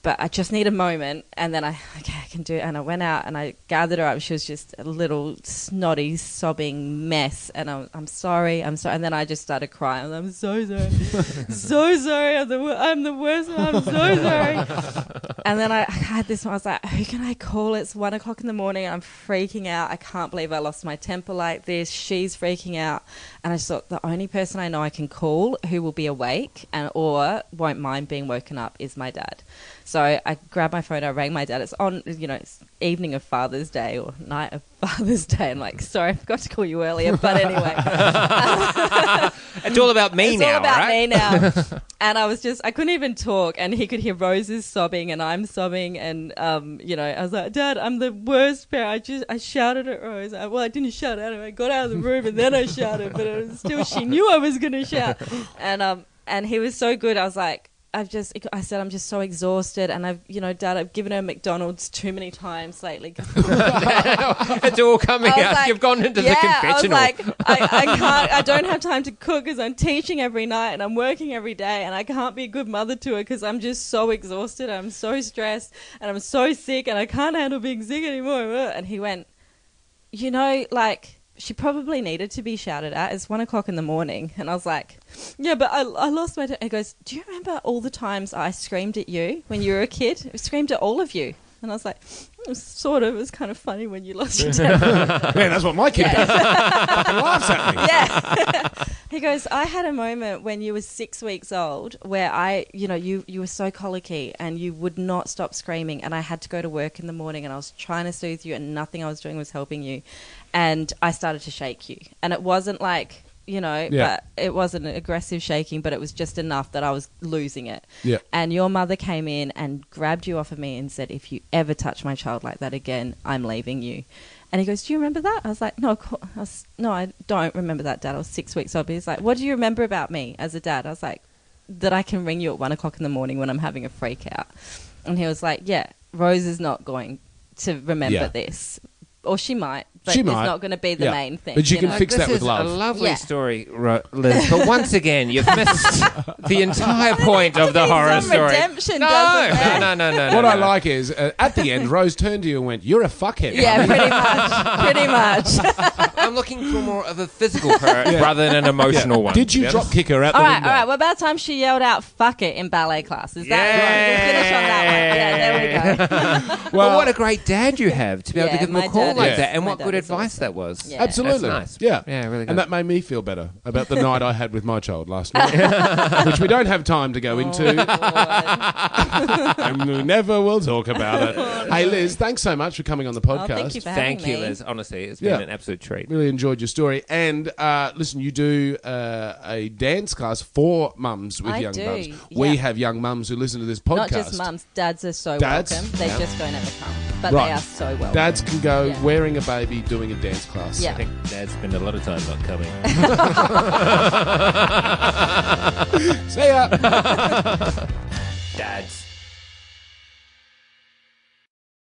[SPEAKER 1] But I just need a moment, and then I okay, I can do it. And I went out and I gathered her up. She was just a little snotty, sobbing mess, and I'm, I'm sorry, I'm sorry. And then I just started crying. I'm so sorry, so sorry. I'm the, wor- I'm the worst. I'm so sorry. And then I, I had this one. I was like, who can I call? It's one o'clock in the morning. I'm freaking out. I can't believe I lost my temper like this. She's freaking out. And I just thought the only person I know I can call who will be awake and or won't mind being woken up is my dad. So I grabbed my phone. I rang my dad. It's on, you know, it's evening of Father's Day or night of Father's Day. I'm like, sorry, I forgot to call you earlier. But anyway.
[SPEAKER 4] It's all about me
[SPEAKER 1] it's
[SPEAKER 4] now,
[SPEAKER 1] all about
[SPEAKER 4] right?
[SPEAKER 1] me now. and I was just, I couldn't even talk, and he could hear Rose's sobbing, and I'm sobbing, and um, you know, I was like, Dad, I'm the worst parent. I just, I shouted at Rose. I, well, I didn't shout at her. I got out of the room, and then I shouted, but it was still, she knew I was going to shout, and um, and he was so good. I was like. I've just, I said, I'm just so exhausted, and I've, you know, Dad, I've given her McDonald's too many times lately. 'cause
[SPEAKER 4] It's all coming
[SPEAKER 1] I was
[SPEAKER 4] out.
[SPEAKER 1] like,
[SPEAKER 4] You've gone into
[SPEAKER 1] yeah,
[SPEAKER 4] the confessional.
[SPEAKER 1] I was like, I, I can't, I don't have time to cook because I'm teaching every night and I'm working every day and I can't be a good mother to her because I'm just so exhausted. I'm so stressed and I'm so sick and I can't handle being sick anymore. And he went, you know, like she probably needed to be shouted at. It's one o'clock in the morning. And I was like, yeah, but I, I lost my. He goes, do you remember all the times I screamed at you when you were a kid? I screamed at all of you. And I was like, "Mm, sort of. It was kind of funny when you lost your temper.
[SPEAKER 2] Man, that's what my kid does. Fucking laughs at me.
[SPEAKER 1] yeah. he goes, I had a moment when you were six weeks old where I, you know, you, you were so colicky and you would not stop screaming. And I had to go to work in the morning and I was trying to soothe you and nothing I was doing was helping you. And I started to shake you. And it wasn't like, you know,
[SPEAKER 2] Yeah.
[SPEAKER 1] but it wasn't an aggressive shaking, but it was just enough that I was losing it.
[SPEAKER 2] Yeah.
[SPEAKER 1] And your mother came in and grabbed you off of me and said, If you ever touch my child like that again, I'm leaving you. And he goes, Do you remember that? I was like, No, of cour- I was, no, I don't remember that, Dad. I was six weeks old. But he's like, What do you remember about me as a dad? I was like, That I can ring you at one o'clock in the morning when I'm having a freak out. And he was like, Yeah, Rose is not going to remember
[SPEAKER 2] Yeah.
[SPEAKER 1] this. Or she might, but
[SPEAKER 2] She
[SPEAKER 1] it's
[SPEAKER 2] might.
[SPEAKER 1] not going to be the
[SPEAKER 2] Yeah.
[SPEAKER 1] main thing.
[SPEAKER 2] But you can
[SPEAKER 1] know?
[SPEAKER 2] fix
[SPEAKER 4] this
[SPEAKER 2] that with
[SPEAKER 4] is
[SPEAKER 2] love.
[SPEAKER 4] A lovely
[SPEAKER 1] Yeah.
[SPEAKER 4] story, Ro- Liz. But once again, you've missed the entire point of the
[SPEAKER 1] It's
[SPEAKER 4] horror
[SPEAKER 1] some
[SPEAKER 4] story.
[SPEAKER 1] redemption,
[SPEAKER 4] no,
[SPEAKER 1] doesn't it?
[SPEAKER 4] no, no, no, no.
[SPEAKER 2] What
[SPEAKER 4] no.
[SPEAKER 2] I like is uh, at the end, Rose turned to you and went, "You're a fuckhead."
[SPEAKER 1] Yeah, pretty much. Pretty much.
[SPEAKER 4] I'm looking for more of a physical parent rather than an emotional one.
[SPEAKER 2] Did you
[SPEAKER 4] Yeah.
[SPEAKER 2] drop kick her out the
[SPEAKER 1] All right,
[SPEAKER 2] window?
[SPEAKER 1] all right. Well, about time she yelled out "fuck it" in ballet class. Is that
[SPEAKER 4] Yay!
[SPEAKER 1] we'll finish on that one? Yeah, there we go.
[SPEAKER 4] Well, what a great dad you have to be able to
[SPEAKER 1] Yeah,
[SPEAKER 4] give them
[SPEAKER 1] my
[SPEAKER 4] a call
[SPEAKER 1] dad
[SPEAKER 4] like
[SPEAKER 2] is-
[SPEAKER 4] that, and
[SPEAKER 1] my
[SPEAKER 4] what
[SPEAKER 1] dad
[SPEAKER 4] good
[SPEAKER 1] is
[SPEAKER 4] advice that was.
[SPEAKER 1] Yeah.
[SPEAKER 2] Absolutely.
[SPEAKER 4] That's nice.
[SPEAKER 2] Yeah.
[SPEAKER 4] Yeah, really good.
[SPEAKER 2] And that made me feel better about the night I had with my child last night, which we don't have time to go into
[SPEAKER 1] Oh,
[SPEAKER 2] and we never will talk about it. Hey, Liz, thanks so much for coming on the
[SPEAKER 1] Lord. Oh,
[SPEAKER 2] podcast.
[SPEAKER 1] thank you for
[SPEAKER 4] Thank
[SPEAKER 1] having
[SPEAKER 4] you,
[SPEAKER 1] me.
[SPEAKER 4] Liz. Honestly, it's been
[SPEAKER 2] Yeah.
[SPEAKER 4] an absolute treat.
[SPEAKER 2] Really enjoyed your story. And uh, listen, you do uh, a dance class for mums with
[SPEAKER 1] I
[SPEAKER 2] young
[SPEAKER 1] do,
[SPEAKER 2] mums.
[SPEAKER 1] yeah.
[SPEAKER 2] We have young mums who listen to this podcast.
[SPEAKER 1] Not just mums, dads are so
[SPEAKER 2] Dads?
[SPEAKER 1] welcome. They just don't ever come, but
[SPEAKER 2] Right.
[SPEAKER 1] they are so welcome.
[SPEAKER 2] Dads can go
[SPEAKER 1] Yeah.
[SPEAKER 2] wearing a baby, doing a dance class.
[SPEAKER 1] Yeah.
[SPEAKER 5] Dad spent a lot of time not coming.
[SPEAKER 2] See ya.
[SPEAKER 3] Dads.